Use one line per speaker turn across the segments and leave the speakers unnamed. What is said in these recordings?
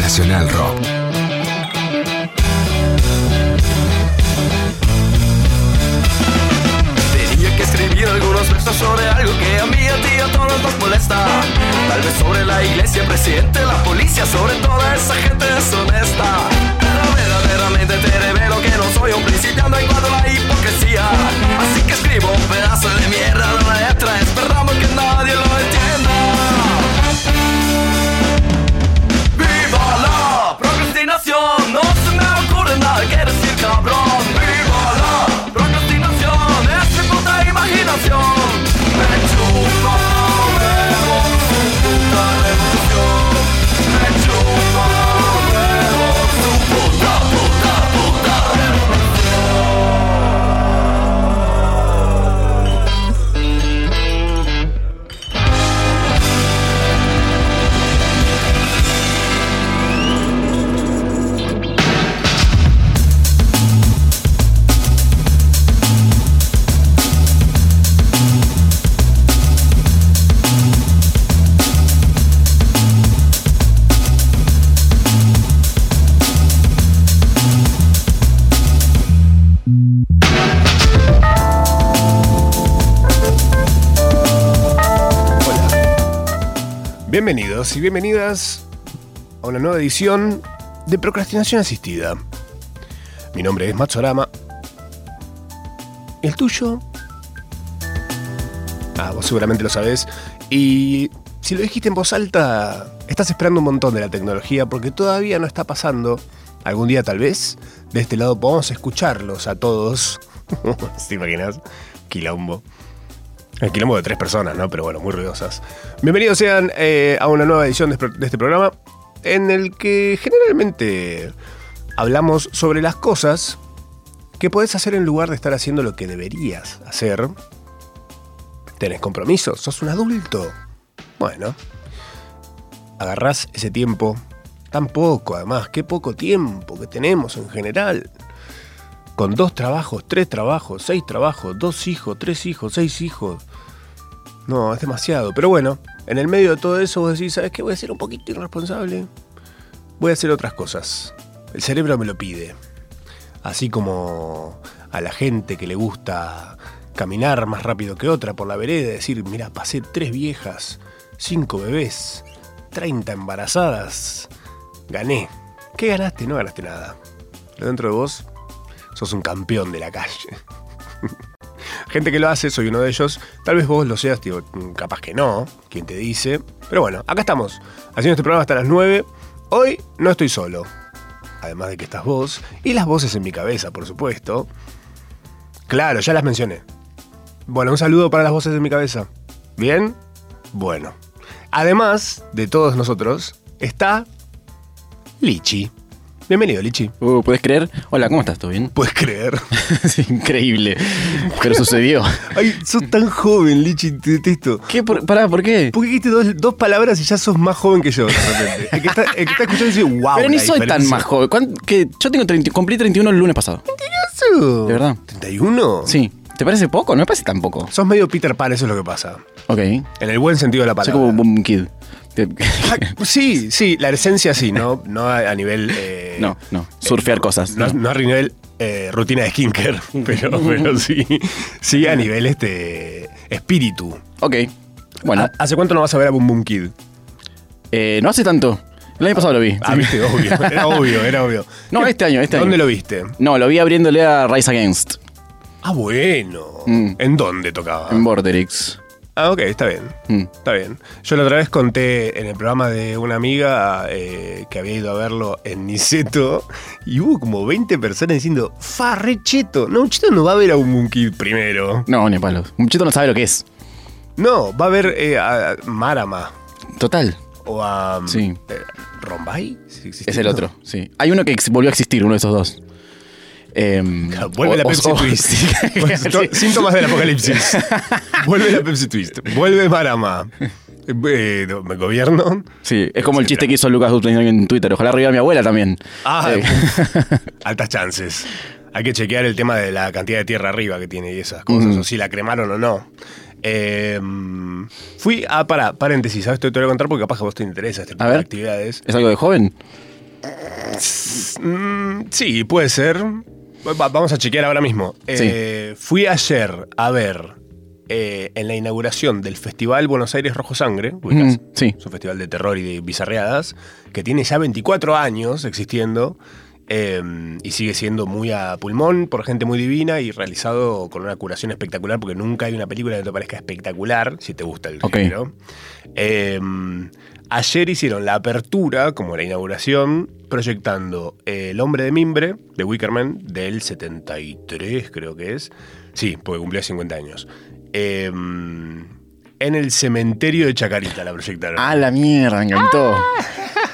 Nacional Rock.
Tenía que escribir algunos versos sobre algo que a mí a ti a todos nos molesta. Tal vez sobre la iglesia, el presidente, la policía, sobre toda esa gente deshonesta. Pero verdaderamente te revelo que no soy un principiante en cuanto a la hipocresía. Así que escribo un pedazo de mierda de una letra, esperando que nadie lo entienda. ¡Viva la procrastinación! No se me ocurre nada que decir, cabrón. ¡Viva la procrastinación! Es mi puta imaginación. Me chupa huevo su puta revolución. Me chupa huevo su puta, puta, puta revolución.
Hola. Bienvenidos y bienvenidas a una nueva edición de Procrastinación Asistida. Mi nombre es Matsorama. ¿El tuyo? Ah, vos seguramente lo sabés. Y si lo dijiste en voz alta, estás esperando un montón de la tecnología porque todavía no está pasando. Algún día tal vez, de este lado podamos escucharlos a todos. ¿Te imaginas? Quilombo. El quilombo de tres personas, ¿no? Pero bueno, muy ruidosas. Bienvenidos sean eh, a una nueva edición de, de este programa en el que generalmente hablamos sobre las cosas que puedes hacer en lugar de estar haciendo lo que deberías hacer. Tenés compromisos, sos un adulto. Bueno, agarrás ese tiempo, tan poco además, qué poco tiempo que tenemos en general con dos trabajos, tres trabajos, seis trabajos, dos hijos, tres hijos, seis hijos. No, es demasiado. Pero bueno, en el medio de todo eso vos decís, ¿sabes qué? Voy a ser un poquito irresponsable. Voy a hacer otras cosas. El cerebro me lo pide. Así como a la gente que le gusta caminar más rápido que otra por la vereda y decir, mira, pasé tres viejas, cinco bebés, 30 embarazadas. Gané. ¿Qué ganaste? No ganaste nada. Pero dentro de vos sos un campeón de la calle. Gente que lo hace, soy uno de ellos. Tal vez vos lo seas, digo, mm, capaz que no, quien te dice. Pero bueno, acá estamos, haciendo este programa hasta las 9. Hoy no estoy solo. Además de que estás vos, y las voces en mi cabeza, por supuesto. Claro, ya las mencioné. Bueno, un saludo para las voces en mi cabeza. ¿Bien? Bueno. Además de todos nosotros, está Lichi. Bienvenido, Lichi.
Uh, ¿Puedes creer? Hola, ¿cómo estás? ¿Todo bien?
Puedes creer.
es increíble. Pero sucedió.
Ay, sos tan joven, Lichi, te detesto.
¿Qué? Por- pará, ¿por qué?
Porque dijiste dos, dos palabras y ya sos más joven que yo, de repente. El que está, el que está escuchando dice, wow.
Pero ni soy tan más joven. ¿Cuán- qué? Yo tengo 30 cumplí 31 el lunes pasado.
joven.
De verdad.
¿31?
Sí. ¿Te parece poco? No me parece tan poco.
Sos medio Peter Pan, eso es lo que pasa.
Ok.
En el buen sentido de la palabra.
Soy como un boom kid.
Ah, Sí, sí, la esencia sí, no, no a a nivel. eh,
No, no. Surfear cosas.
No, no a nivel eh, rutina de skinker, pero, pero sí. Sí, a nivel este. espíritu.
Ok. Bueno,
¿Ha- ¿Hace cuánto no vas a ver a Boom Boom Kid?
eh, no hace tanto. El año pasado lo vi.
Ah, viste, obvio. Era obvio, era obvio.
No, este año, este año.
¿Dónde lo viste?
No, lo vi abriéndole a Rise Against
Ah, bueno.
Mm.
¿En dónde tocaba?
en Borderix.
Ah, ok, está bien.
Mm.
Está bien. Yo la otra vez conté en el programa de una amiga eh, que había ido a verlo en Niceto y hubo como 20 personas diciendo, fa, re cheto. No, un cheto no va a ver a un monkey primero.
No, ni a palos. Un chito no sabe lo que es.
No, va a ver eh, a Marama
Total.
o a... mm,
Sí.
eh, ¿Rombay? Si existe
Es el
eso.
otro, sí. Hay uno que ex- volvió a existir, uno de esos dos. Em,
Vuelve
o-
la
o-
Pepsi
o-
Twist.
sí.
Pues, to- Síntomas del apocalipsis. Vuelve la Pepsi Twist. Vuelve Marama. Eh, no, ¿Me gobierno?
Sí, es como el chiste que hizo Lucas Dutton en Twitter. Ojalá reviva a mi abuela también.
Ah,
Eh,
altas chances. Hay que chequear el tema de la cantidad de tierra arriba que tiene y esas cosas, o si la cremaron o no. Eh, fui a, para, paréntesis, ¿sabes? Te, te voy a contar porque capaz que a vos te interesa este tipo
A
de
ver.
actividades.
¿Es algo de joven?
Mm, sí, puede ser. Va- vamos a chequear ahora mismo. Eh, fui ayer a ver eh, en la inauguración del Festival Buenos Aires Rojo Sangre, ubicás,
Mm, sí.
es un festival de terror y de bizarreadas, que tiene ya 24 años existiendo eh, y sigue siendo muy a pulmón por gente muy divina y realizado con una curación espectacular, porque nunca hay una película que te parezca espectacular, si te gusta el
Ok.
género. Eh, ayer hicieron la apertura, como la inauguración, proyectando eh, El hombre de mimbre de Wickerman, del 73 creo que es. Sí, porque cumplió 50 años. Eh, en el cementerio de Chacarita la proyectaron.
A Ah, la mierda, me encantó.
Ah.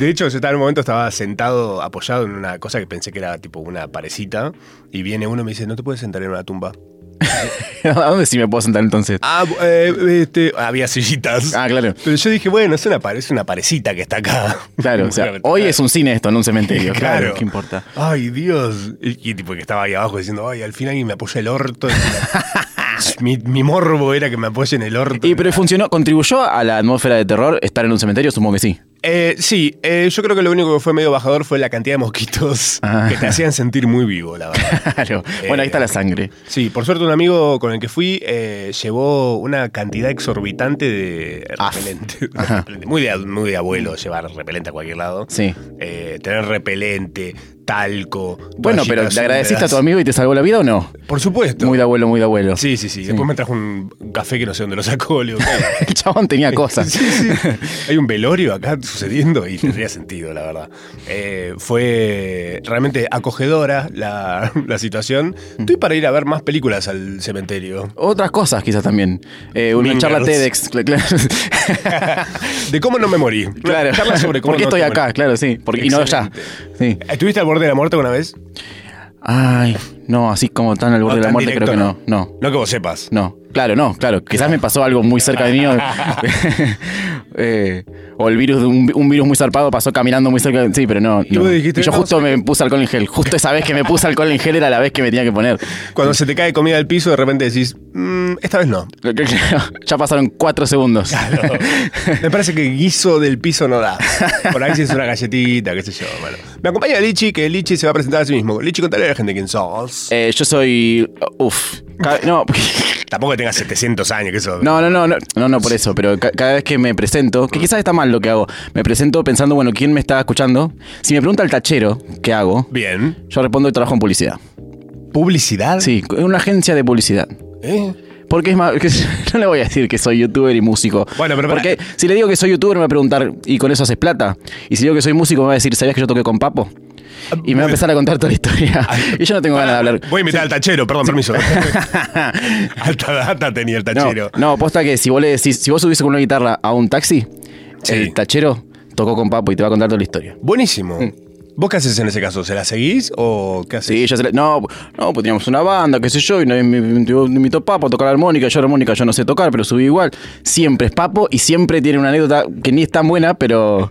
De hecho, yo estaba en un momento, estaba sentado, apoyado en una cosa que pensé que era tipo una parecita, y viene uno y me dice, no te puedes sentar en una tumba.
¿A dónde sí me puedo sentar entonces?
Ah, bu- eh, este, había sillitas.
Ah, claro.
Pero yo dije, bueno, es una, pare- es una parecita que está acá.
Claro, o sea, hoy es un cine esto, no un cementerio. Claro,
Claro.
¿qué importa?
Ay, Dios. Y, y tipo que estaba ahí abajo diciendo, ay, al final alguien me apoya el orto. mi, mi morbo era que me apoyen el orto.
Y pero funcionó, contribuyó a la atmósfera de terror estar en un cementerio, supongo que sí.
Eh, sí, eh, yo creo que lo único que fue medio bajador fue la cantidad de mosquitos
Ah.
que te hacían sentir muy vivo, la verdad.
Claro. Bueno,
Eh,
ahí está la sangre.
Sí, por suerte un amigo con el que fui eh, llevó una cantidad exorbitante de
Ah.
repelente.
Ajá.
muy, de, muy de abuelo llevar repelente a cualquier lado.
Sí.
Eh, tener repelente, talco.
Bueno, pero
toallitas
¿le agradeciste a
húmedas.
tu amigo y te salvó la vida o no?
Por supuesto.
Muy de abuelo, muy de abuelo.
Sí, sí, sí, Después me trajo un café que no sé dónde lo sacó. le digo, "Claro".
El chabón tenía cosas.
Sí, sí. Hay un velorio acá sucediendo y tendría sentido, la verdad. Eh, fue realmente acogedora la, la situación.
Mm.
Estoy para ir a ver más películas al cementerio.
Otras cosas quizás también. Eh, una
Mingers.
charla TEDx. cl- cl-
De cómo no me morí.
Claro.
Charla sobre cómo
¿Por qué
no
estoy
te
acá?
morí.
Claro, sí. Porque, y no ya. Sí.
¿Estuviste al borde de la muerte alguna vez?
Ay, no, así como tan al borde de la
tan
muerte
directo,
creo que no. No.
No que vos sepas.
No, claro, no, claro. Quizás me pasó algo muy cerca de mí. o- eh, o el virus, de un, un virus muy zarpado pasó caminando muy cerca. de- Sí, pero no.
tú
no.
dijiste,
Y yo
"No,
justo me puse alcohol en gel. Justo esa vez que me puse alcohol en gel era la vez que me tenía que poner.
Cuando se te cae comida al piso, de repente decís, "Mm, esta vez no.
ya pasaron cuatro segundos.
Me parece que guiso del piso no da. Por ahí sí es una galletita, qué sé yo. Bueno. Me acompaña Lichi, que Lichi se va a presentar a sí mismo. Lichi, contale a la gente quién sos.
Eh, yo soy. Uf. Ca- No.
Tampoco que tengas 700 años, que eso.
No, no, no, no, no, no por eso, pero ca- cada vez que me presento, que quizás está mal lo que hago, me presento pensando, bueno, ¿quién me está escuchando? Si me pregunta el tachero, ¿qué hago?
Bien.
Yo respondo, trabajo en publicidad.
¿Publicidad?
Sí, en una agencia de publicidad.
¿Eh?
Porque es más, que no le voy a decir que soy youtuber y músico.
Bueno, pero pará.
Porque si le digo que soy youtuber me va a preguntar, ¿y con eso haces plata? Y si digo que soy músico me va a decir, ¿sabías que yo toqué con Papo?
Ah,
Y me va a empezar a contar toda la historia. Y yo no tengo ganas de hablar.
Voy a invitar al tachero, perdón, permiso. Alta data tenía el
No,
tachero.
no, posta que si vos le decís, si vos subís con una guitarra a un taxi,
Sí.
el tachero tocó con Papo y te va a contar toda la historia.
Buenísimo. ¿Vos qué haces en ese caso? ¿Se la seguís o qué haces?
Mm. Sí, yo se la- No, no, pues teníamos una banda, qué sé yo, y me, me, me invitó Papo a tocar armónica, yo armónica yo no sé tocar, pero subí igual. Siempre es Papo y siempre tiene una anécdota que ni es tan buena, pero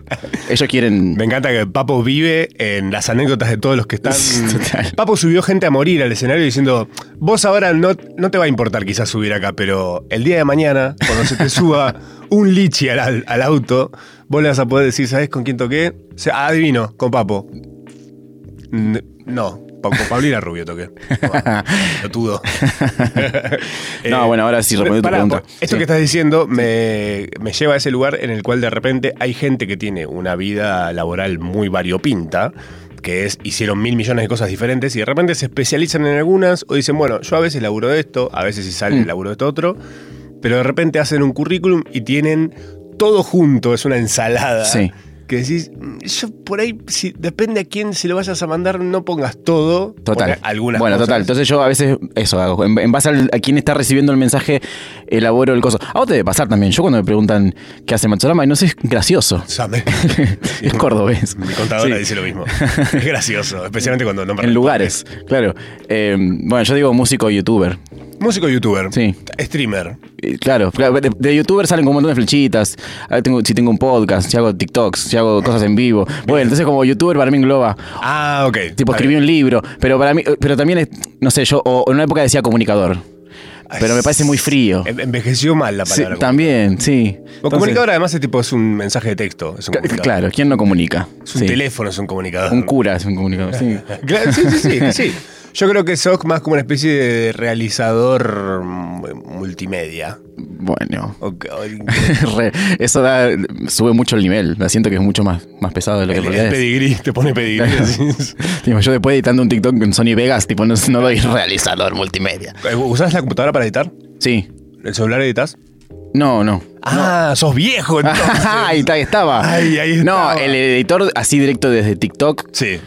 ellos quieren...
Me encanta que Papo vive en las anécdotas de todos los que están.
Total.
Papo subió gente a morir al escenario diciendo: Vos ahora no, no te va a importar quizás subir acá, pero el día de mañana, cuando se te suba un lichi al, al- al auto, vos le vas a poder decir: ¿Sabés con quién toqué? O sea, adivino, con Papo. N- No, pa- con Paulina Rubio toqué. Bueno, Lo dudo.
No, bueno, ahora sí, responde tu
Eh, pará,
pregunta.
po- Esto
Sí.
que estás diciendo me, me lleva a ese lugar en el cual de repente hay gente que tiene una vida laboral muy variopinta, que es, hicieron mil millones de cosas diferentes y de repente se especializan en algunas o dicen, bueno, yo a veces laburo de esto, a veces si sale
Mm.
laburo de esto otro, pero de repente hacen un currículum y tienen todo junto, es una ensalada.
Sí.
Que decís, "Mm, yo por ahí, si, depende a quién se lo vayas a mandar, no pongas todo.
Total.
pon algunas
bueno,
cosas.
total. Entonces yo a veces eso hago. En, en base al- a quién está recibiendo el mensaje, elaboro el coso. A vos te debe pasar también. Yo cuando me preguntan qué hace Matsurama, y no sé, es gracioso.
Same.
es cordobés.
Mi contadora
Sí.
dice lo mismo. Es gracioso, especialmente cuando no me
En
responde.
lugares, claro. Eh, bueno, yo digo músico y youtuber.
Músico youtuber.
Sí.
Streamer.
Eh, Claro, claro, de, de youtuber salen como un montón de flechitas. Ah, tengo- si tengo un podcast, si hago TikToks, si hago cosas en vivo. Bueno, entonces como youtuber para mí engloba.
Ah, ok. Está
Tipo, escribí un libro, pero para mí, pero también, es- no sé, yo, o en una época decía comunicador. Pero me parece muy frío.
En- Em, Envejeció mal la
Sí,
palabra.
también, sí.
Porque
Entonces,
comunicador además es tipo es un mensaje de texto. Es un
ca-
comunicador.
Claro, ¿quién no comunica?
Es un
Sí.
teléfono, es un comunicador.
Un cura es un comunicador, sí.
Claro, sí, sí, sí, sí. Yo creo que sos más como una especie de realizador mm, multimedia.
Bueno.
O que- o el-
Re- eso da, sube mucho el nivel. La siento que es mucho más, más pesado de lo que
el-
en
el
realidad es.
pedigrí, te pone pedigrí. así.
Tipo, yo después editando un TikTok con Sony Vegas, tipo, no, no doy realizador multimedia.
¿Usás la computadora para editar?
Sí.
¿El celular editas?
No, no.
Ah, sos viejo entonces.
ahí, está- ahí estaba.
Ay, ahí estaba.
No, el editor así directo desde TikTok.
Sí.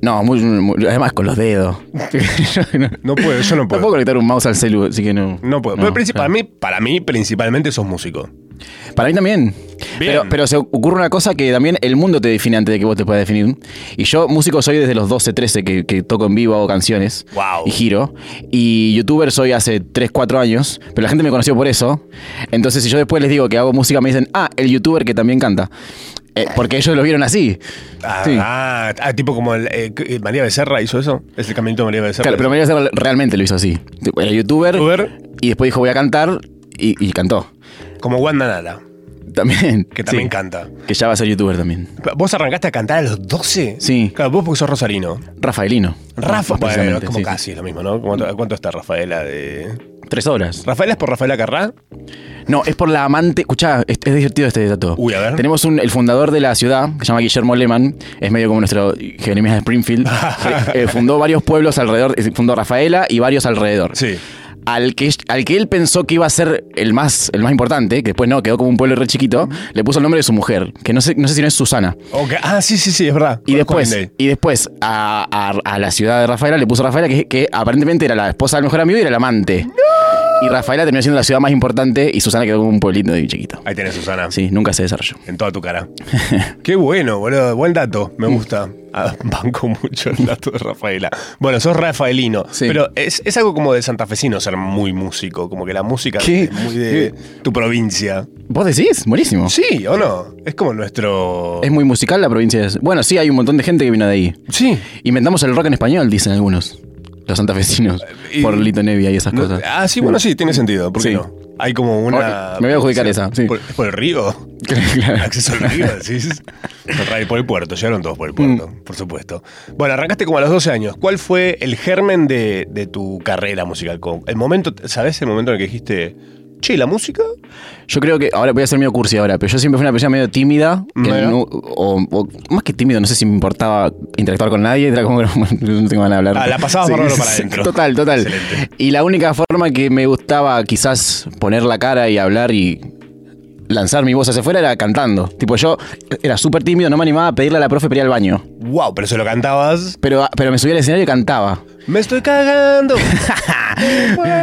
No, muy- muy- además con los dedos. Yo no-
No puedo, yo no puedo.
Tampoco conectar un mouse al celu, así que no.
No puedo. Pero princip- para, mí, para mí, principalmente sos músico.
Para mí también. Pero, pero se ocurre una cosa que también el mundo te define antes de que vos te puedas definir. Y yo, músico, soy desde los 12, 13 que, que toco en vivo, hago canciones
Wow.
y giro. Y youtuber soy hace 3, 4 años, pero la gente me conoció por eso. Entonces, si yo después les digo que hago música, me dicen, ah, el youtuber que también canta. Eh, porque ellos lo vieron así.
Ah,
Sí.
ah, ah, tipo como el, eh, eh, María Becerra hizo eso. Es el caminito de María Becerra.
Claro, pero María Becerra realmente lo hizo así. Tipo, Era youtuber,
Youtuber.
y después dijo voy a cantar y, y cantó.
Como Wanda Nara,
También.
que también
sí.
canta.
Que ya va a ser youtuber también.
¿Vos arrancaste a cantar a los 12?
Sí.
Claro, vos porque sos rosarino.
Rafaelino.
Rafa, bueno,
Más precisamente,
como
sí, sí.
casi lo mismo, ¿no? ¿Cuánto, cuánto está Rafaela de...?
Tres horas.
¿Rafaela es por Rafaela Carrá?
No, es por la amante. Escuchá, es, es divertido este dato.
Uy, a ver.
Tenemos un, el fundador de la ciudad, que se llama Guillermo Lehmann, es medio como nuestro Jeremías de Springfield. Eh, eh, fundó varios pueblos alrededor, eh, fundó Rafaela y varios alrededor.
Sí.
Al que, al que él pensó que iba a ser el más, el más importante, que después no, quedó como un pueblo re chiquito, le puso el nombre de su mujer, que no sé, no sé si no es Susana.
Ok, Ah, sí, sí, sí, es verdad.
Y
Conozco a
después,
Lindley.
y después a, a- a la ciudad de Rafaela le puso Rafaela, que, que aparentemente era la esposa del mejor amigo y era el amante. Y Rafaela terminó siendo la ciudad más importante y Susana quedó como un pueblito de chiquito.
Ahí tenés, Susana.
Sí, nunca se desarrolló.
En toda tu cara. Qué bueno, boludo. Buen dato.
Mm.
Me gusta. Ah, banco mucho el dato de Rafaela. Bueno, sos rafaelino.
Sí.
Pero es, es algo como de santafesino ser muy músico. Como que la música
¿Qué?
es muy de tu provincia.
¿Vos decís? Buenísimo.
Sí, ¿o no? Es como nuestro...
Es muy musical la provincia. de- Bueno, sí, hay un montón de gente que vino de ahí.
Sí.
Inventamos el rock en español, dicen algunos. Los santafesinos.
Y-
Por Lito Nevia y esas
No-
cosas.
ah, sí, bueno, sí, tiene sentido. ¿Por qué
Sí.
no? Hay como una...
Me voy a adjudicar
sí,
esa, sí.
Por, por el río.
Claro.
Acceso al río, decís. Mm. Por- Por el puerto, llegaron todos por el puerto, por supuesto. Bueno, arrancaste como a los 12 años. ¿Cuál fue el germen de, de tu carrera musical? Como El momento, ¿sabés el momento en el que dijiste, che, la música?
Yo creo que ahora voy a ser medio cursi ahora, pero yo siempre fui una persona medio tímida, que
Bueno.
no- o, o más que tímido, no sé si me importaba interactuar con nadie, era como que no no tengo ganas de hablar.
Ah, la pasabas bárbaro para adentro.
Total, total.
Excelente.
Y la única forma que me gustaba quizás poner la cara y hablar y lanzar mi voz hacia afuera era cantando. Tipo, yo era súper tímido, no me animaba a pedirle a la profe para ir al baño.
Wow, pero se lo cantabas.
Pero, pero me subía al escenario y cantaba.
Me estoy cagando.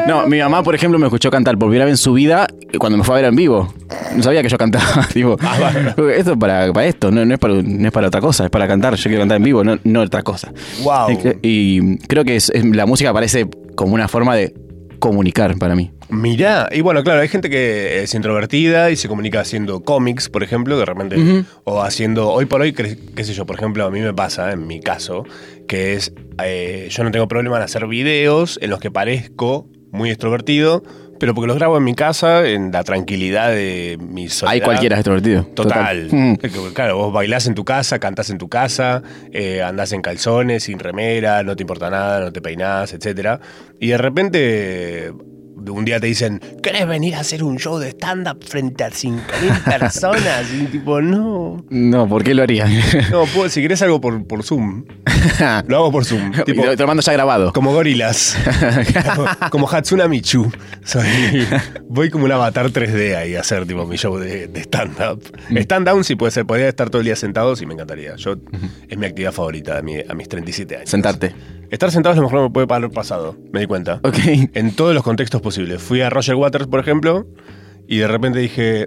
No, mi mamá, por ejemplo, me escuchó cantar por primera vez en su vida eh, cuando me fue a ver en vivo. No sabía que yo cantaba. tipo,
Ah,
esto es para, para esto, no, no es para, no es para otra cosa, es para cantar. Yo quiero cantar en vivo, no, no otra cosa.
Guau.
Y cre- Y creo que es- es- la música parece como una forma de comunicar para mí.
Mirá, y bueno, claro, hay gente que es introvertida y se comunica haciendo cómics, por ejemplo, de repente, o haciendo, hoy por hoy, cre- qué sé yo, por ejemplo, a mí me pasa, en mi caso, que es, eh, yo no tengo problema en hacer videos en los que parezco muy extrovertido, pero porque los grabo en mi casa, en la tranquilidad de mi soledad.
Hay cualquiera extrovertido.
Total.
Mm.
Es que, Claro, vos bailás en tu casa, cantás en tu casa, eh, andás en calzones, sin remera, no te importa nada, no te peinás, etcétera. Y de repente eh, un día te dicen, ¿querés venir a hacer un show de stand-up frente a 5.000 personas? Y tipo, no.
No, ¿por qué lo haría?
No, puedo- si querés algo por, por Zoom, lo hago por Zoom.
Y
Tipo,
lo- te lo mando ya grabado.
como gorilas. como, como Hatsuna Michu. Soy- voy como un avatar 3D ahí a hacer tipo mi show de, de stand-up.
Mm.
Stand-down sí puede ser. Podría estar todo el día sentado sí me encantaría. Yo, es mi actividad favorita a, mi- a mis 37 años.
Sentarte.
Estar sentado es lo mejor que me puede haber pasado. Me di cuenta.
Ok.
En todos los contextos posibles. Fui a Roger Waters, por ejemplo, y de repente dije...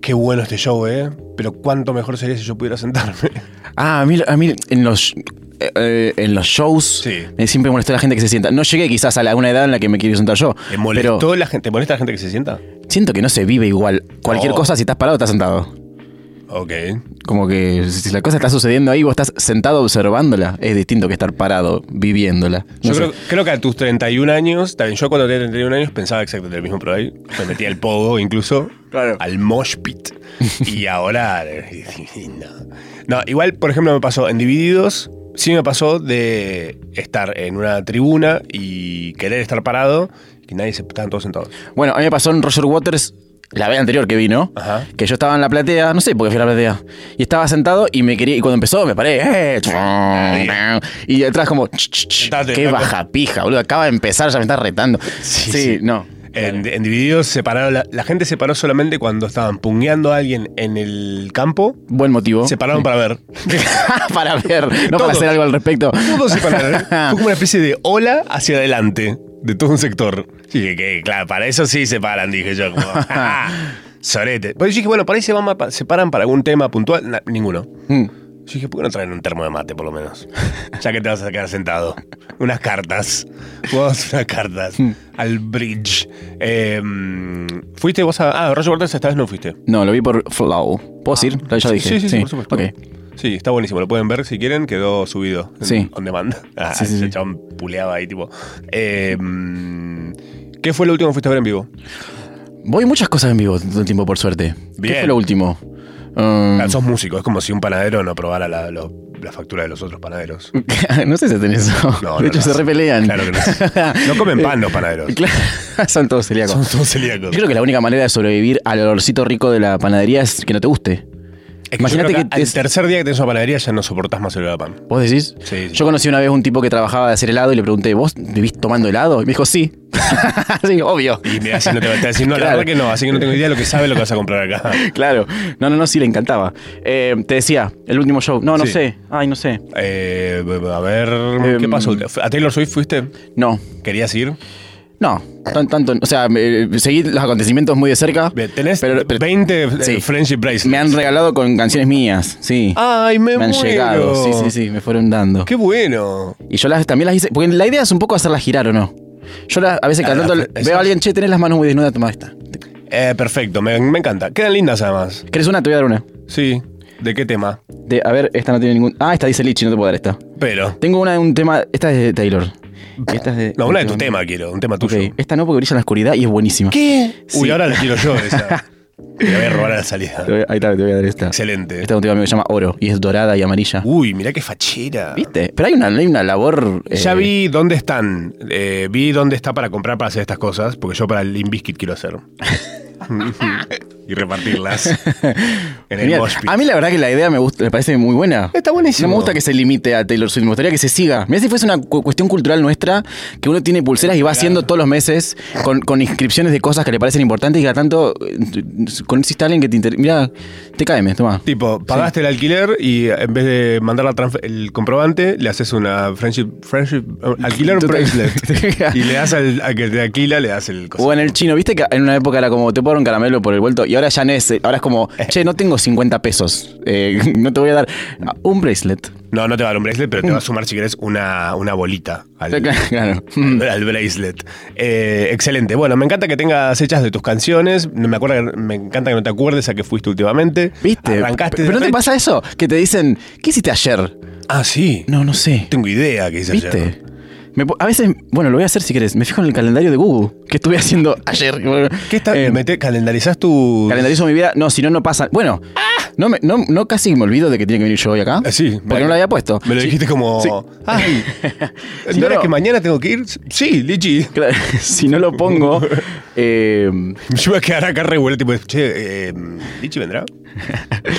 Qué bueno este show, ¿eh? Pero cuánto mejor sería si yo pudiera sentarme.
Ah, a mí, a mí en los eh, eh, en los shows
Sí.
me siempre molestó la gente que se sienta. No llegué quizás a la- a una edad en la que me quiero sentar yo.
¿Te molestó
Pero
la gente? ¿Te molesta la gente que se sienta?
siento que no se vive igual. Cualquier
No.
cosa, si estás parado, estás sentado.
Ok.
Como que si la cosa está sucediendo ahí, vos estás sentado observándola. Es distinto que estar parado viviéndola. No
Yo
sé.
creo, creo que a tus 31 años, también yo cuando tenía 31 años pensaba exactamente lo mismo por ahí. Me metía al pogo incluso.
Claro.
Al mosh pit. Y ahora. No. No, igual, por ejemplo, me pasó en Divididos. Sí me pasó de estar en una tribuna y querer estar parado y nadie se estaban todos sentados.
Bueno, a mí me pasó en Roger Waters la vez anterior que vino,
Ajá.
que yo estaba en la platea, no sé por qué fui a la platea, y estaba sentado y me quería, y cuando empezó me paré, eh, y atrás como, ch, ch, ch,
Sentate,
qué
loco.
baja pija, boludo, acaba de empezar, ya me está retando. Sí,
sí.
no.
En, en Divididos se pararon la, la gente se paró solamente cuando estaban pungueando a alguien en el campo.
Buen motivo.
Se pararon para ver.
para ver, no
Todos.
para hacer algo al respecto.
Todos se pararon. ¿eh? Fue como una especie de ola hacia adelante de todo un sector. Y dije que, claro, para eso sí se paran, dije yo. Como, sorete. Pero yo dije, bueno, por ahí se, van a- se paran para algún tema puntual. Na- ninguno.
Mm.
Yo dije, ¿por qué no traen un termo de mate, por lo menos? Ya que te vas a quedar sentado. Unas cartas. Jugamos unas cartas. Al bridge. Eh, ¿Fuiste vos a...? Ah, Roger Waters esta vez no fuiste.
No, lo vi por Flow. ¿Puedo decir? Ya dije.
Ah. Sí, sí, sí, por supuesto.
Ok.
Sí, está buenísimo. Lo pueden ver si quieren. Quedó subido. en-
Sí.
On demand. Ah,
Sí, sí,
ese
sí.
chabón puleaba ahí, tipo. Eh, mm, ¿Qué fue lo último que fuiste a ver en vivo?
Voy muchas cosas en vivo todo el tiempo, por suerte.
Bien.
¿Qué fue lo último? Um,
Ah, sos músico. Es como si un panadero no probara la, lo- la factura de los otros panaderos.
no sé si hacen eso.
No,
de
no,
hecho,
no.
se repelean.
Claro que no. No comen pan los panaderos.
Claro, son todos celíacos.
Son todos celíacos.
Yo creo que la única manera de sobrevivir al olorcito rico de la panadería es que no te guste.
Es que
Imagínate
yo creo
que
que, al
es-
tercer día que tenés una panadería ya no soportás más el olor a pan.
¿Vos decís?
Sí, sí.
Yo conocí una vez un tipo que trabajaba de hacer helado y le pregunté, ¿vos vivís tomando helado? Y me dijo, sí. sí, obvio.
Y me así no te va a decir, no, la
Claro.
verdad que no, así que no tengo idea de lo que sabe lo que vas a comprar acá.
Claro. No, no, no, sí, le encantaba. Eh, te decía, el último show. No, no
Sí.
sé. Ay, no sé.
Eh, a ver, ¿qué
Em,
pasó? ¿A Taylor Swift fuiste?
No.
¿Querías ir?
No, tan- tanto. O sea, me- eh, seguí los acontecimientos muy de cerca.
Bien, Tenés
pero- pero
20
sí.
friendship bracelets.
me han regalado con canciones mías, sí.
Ay, me
me han
muero.
llegado, sí, sí, sí, me fueron dando.
Qué bueno.
Y yo las, también las hice. Porque la idea es un poco hacerlas girar o no. Yo las, a veces
Ah,
cantando
la-
veo a alguien, che, tenés las manos muy desnudas, toma esta.
Eh, perfecto, me, me encanta. Quedan lindas además.
¿Querés una? Te voy a dar una.
Sí. ¿De qué tema?
De, a ver, esta no tiene ningún. Ah, esta dice Lichi, no te puedo dar esta.
Pero.
Tengo una de un tema. Esta es de Taylor. Y esta es de.
No, una de tu tema quiero, un tema
Ok,
tuyo.
Esta no porque brilla en la oscuridad y es buenísima.
¿Qué? Uy,
Sí.
ahora la quiero yo esa. Te la voy a robar a la salida.
Te voy a- ahí está, te voy a dar esta.
Excelente. Uh.
Esta es un tema mío que se llama Oro y es dorada y amarilla.
Uy, mirá qué fachera.
¿Viste? Pero hay una, hay una labor. eh,
Ya vi dónde están. eh, vi dónde está para comprar para hacer estas cosas, porque yo para el Limbiskit quiero hacer. y repartirlas. en el
genial.
mosh pit.
A mí la verdad que la idea me, gusta, me parece muy buena.
Está buenísimo.
No me gusta que se limite a Taylor Swift, me gustaría que se siga. Mira si fuese una cu- cuestión cultural nuestra, que uno tiene pulseras y va haciendo todos los meses con, con inscripciones de cosas que le parecen importantes y cada tanto eh, conociste a alguien que te interesa. Mira, te caeme, toma.
Tipo, pagaste el alquiler y en vez de mandar la transfer- el comprobante, le haces una friendship, friendship eh, alquiler
Total.
bracelet. y le das al a que te alquila, le das el cosa.
O en el chino, viste que en una época era como te puedo dar un caramelo por el vuelto y ahora ya no es, eh, ahora es como, che, no tengo 50 pesos, eh, no te voy a dar ah, un bracelet.
No, no te va a dar un bracelet, pero te
Mm.
va a sumar si querés una, una bolita al,
Claro.
al-
Mm.
al bracelet. Eh, excelente. Bueno, me encanta que tengas hechas de tus canciones. No Me, acuerdo, me encanta que no te acuerdes a qué fuiste últimamente.
¿Viste?
Arrancaste de
Pero no te
repente-
pasa eso, que te dicen, ¿qué hiciste ayer?
Ah, sí. No
No, no sé.
tengo idea que hice
¿Viste?
ayer.
Me po- a veces, bueno, lo voy a hacer si querés. Me fijo en el calendario de Google. ¿Qué estuve haciendo ayer?
¿Qué está?
Eh,
meté- ¿Calendarizás tu...?
calendarizo mi vida. No, si no, no pasa. Bueno, no, me, no, no casi me olvido de que tiene que venir yo hoy acá.
Ah, Sí.
Porque no lo había puesto.
Me lo
Sí.
dijiste como.
Sí.
Ay,
Sí,
¿no era
no.
que mañana tengo que ir? Sí, Lichi.
Claro, si no lo pongo. eh,
Yo voy a quedar acá revuelto. Tipo, che, eh, Lichi vendrá.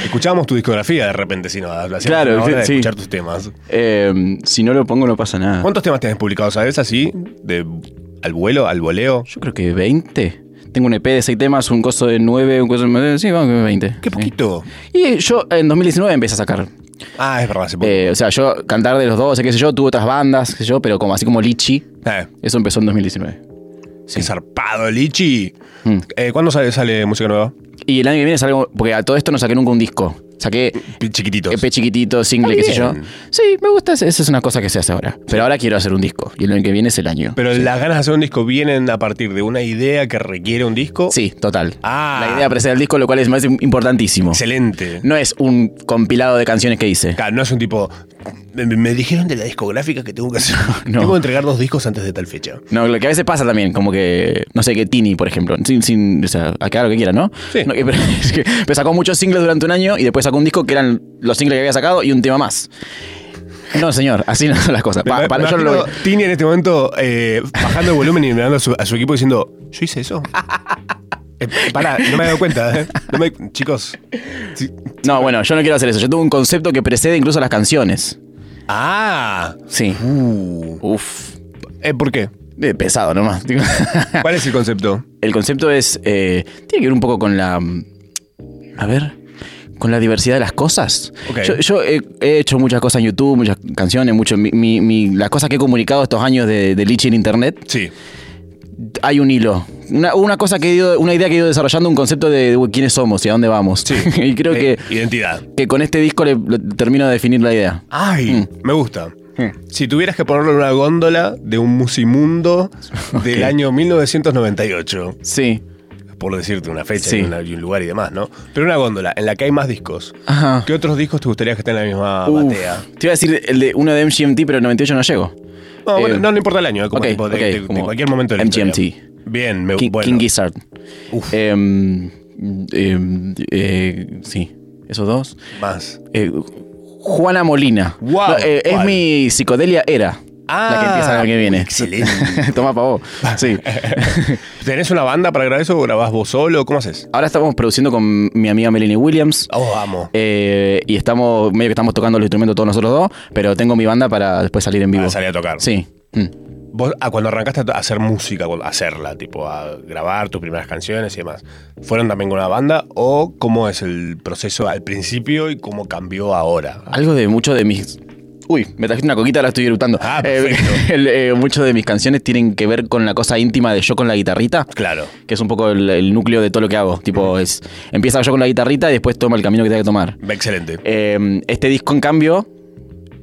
Escuchábamos tu discografía de repente, si no, hacíamos
Claro,
una hora de
sí.
escuchar tus temas.
eh, si no lo pongo, no pasa nada.
¿Cuántos temas tenés publicados, sabes? Así, de al vuelo, al voleo.
Yo creo que 20. Tengo un EP de 6 temas, un coso de 9, un coso de. Sí, vamos, que 20.
Qué
Sí.
poquito.
Y yo en 2019 empecé a sacar.
Ah, es verdad, se puede.
Eh, o sea, yo cantar de los 12, qué sé yo, tuve otras bandas, qué sé yo, pero como así como Lichi.
Eh,
Eso empezó en 2019.
qué zarpado, Lichi.
Mm.
Eh, ¿Cuándo sale, sale música nueva?
Y el año que viene salgo, porque a todo esto no saqué nunca un disco. Saqué
Chiquititos.
EP chiquitito, single, qué
Está
sé yo.
bien.
Sí, me gusta, esa es una cosa que se hace ahora. Pero ahora quiero hacer un disco y lo que viene es el año.
Pero las ganas de hacer un disco vienen a partir de una idea que requiere un disco.
Sí, total.
Ah.
La idea de apreciar el disco, lo cual es más importantísimo.
Excelente.
No es un compilado de canciones que hice.
Claro, No es un tipo. Me, me dijeron de la discográfica que tengo que hacer.
No.
Tengo que entregar dos discos antes de tal fecha.
No, lo que a veces pasa también, como que, no sé, que Tini, por ejemplo, sin, sin, o sea, acá lo que quiera, ¿no?
Sí.
No, que- pero, es que- pero sacó muchos singles durante un año y después sacó un disco que eran los singles que había sacado y un tema más. No, señor, así no son las cosas. Pa-
Me-
para
me
yo no lo-
imagino Tini en este momento eh, bajando el volumen y mirando a su, a su equipo diciendo: Yo hice eso. Eh, pará, no me he dado cuenta. eh. No me- chicos. sí.
No, bueno, yo no quiero hacer eso. Yo tengo un concepto que precede incluso a las canciones.
Ah.
Sí.
Uh.
Uf.
Eh, ¿Por qué?
Eh, Pesado nomás. digo.
¿Cuál es el concepto?
El concepto es. eh, tiene que ver un poco con la. mm, A ver. Con la diversidad de las cosas.
Ok.
Yo, yo he, he hecho muchas cosas en YouTube, muchas canciones, mucho. Mi, mi- mi- las cosas que he comunicado estos años de, de Lichi en Internet,
Sí.
hay un hilo. Una, una cosa que he ido- una idea que he ido desarrollando, un concepto de, de quiénes somos y a dónde vamos.
Sí.
y creo
Eh,
que,
Identidad.
que con este disco le, le termino de definir la idea.
Ay, Mm. me gusta.
Mm.
Si tuvieras que ponerlo en una góndola de un musimundo del
Ok.
año 1998,
Sí.
por decirte una fecha
Sí.
y, una- y un lugar y demás, ¿no? Pero una góndola en la que hay más discos.
Ajá.
¿Qué otros discos te gustaría que estén en la misma
Ah. Uf.
batea?
Te iba a decir el de uno de MGMT, pero el 98 no llego.
No, bueno,
Eh,
no, no importa el año, eh, como
ok,
tipo de,
ok,
de- de
como
cualquier momento de la
MGMT.
historia. Bien, me
King,
bueno.
King Gizzard.
Uf.
Em, em, eh, sí, esos dos.
Más.
Eh, Juana Molina.
Wow,
No, eh, es
¿cuál?
mi psicodelia era. la que
Ah,
empieza el año que viene.
excelente.
Toma pavo. Sí.
¿Tenés una banda para grabar eso o grabás vos solo? ¿Cómo haces?
Ahora estamos produciendo con mi amiga Melanie Williams.
Oh, amo.
Eh, y estamos, medio que estamos tocando los instrumentos todos nosotros dos, pero tengo mi banda para después salir en vivo.
Para salir a tocar.
Sí. Mm.
Vos, ah, cuando arrancaste a hacer música, cuando- a hacerla, tipo a grabar tus primeras canciones y demás, ¿fueron también con una banda o cómo es el proceso al principio y cómo cambió ahora?
Algo de mucho de mis. Uy, me trajiste una coquita, ahora estoy eructando.
Ah, perfecto.
el, eh, mucho de mis canciones tienen que ver con la cosa íntima de yo con la guitarrita.
Claro.
Que es un poco el, el núcleo de todo lo que hago. Tipo, es. Empieza yo con la guitarrita y después toma el camino que tenga que tomar.
Excelente.
Eh, este disco, en cambio,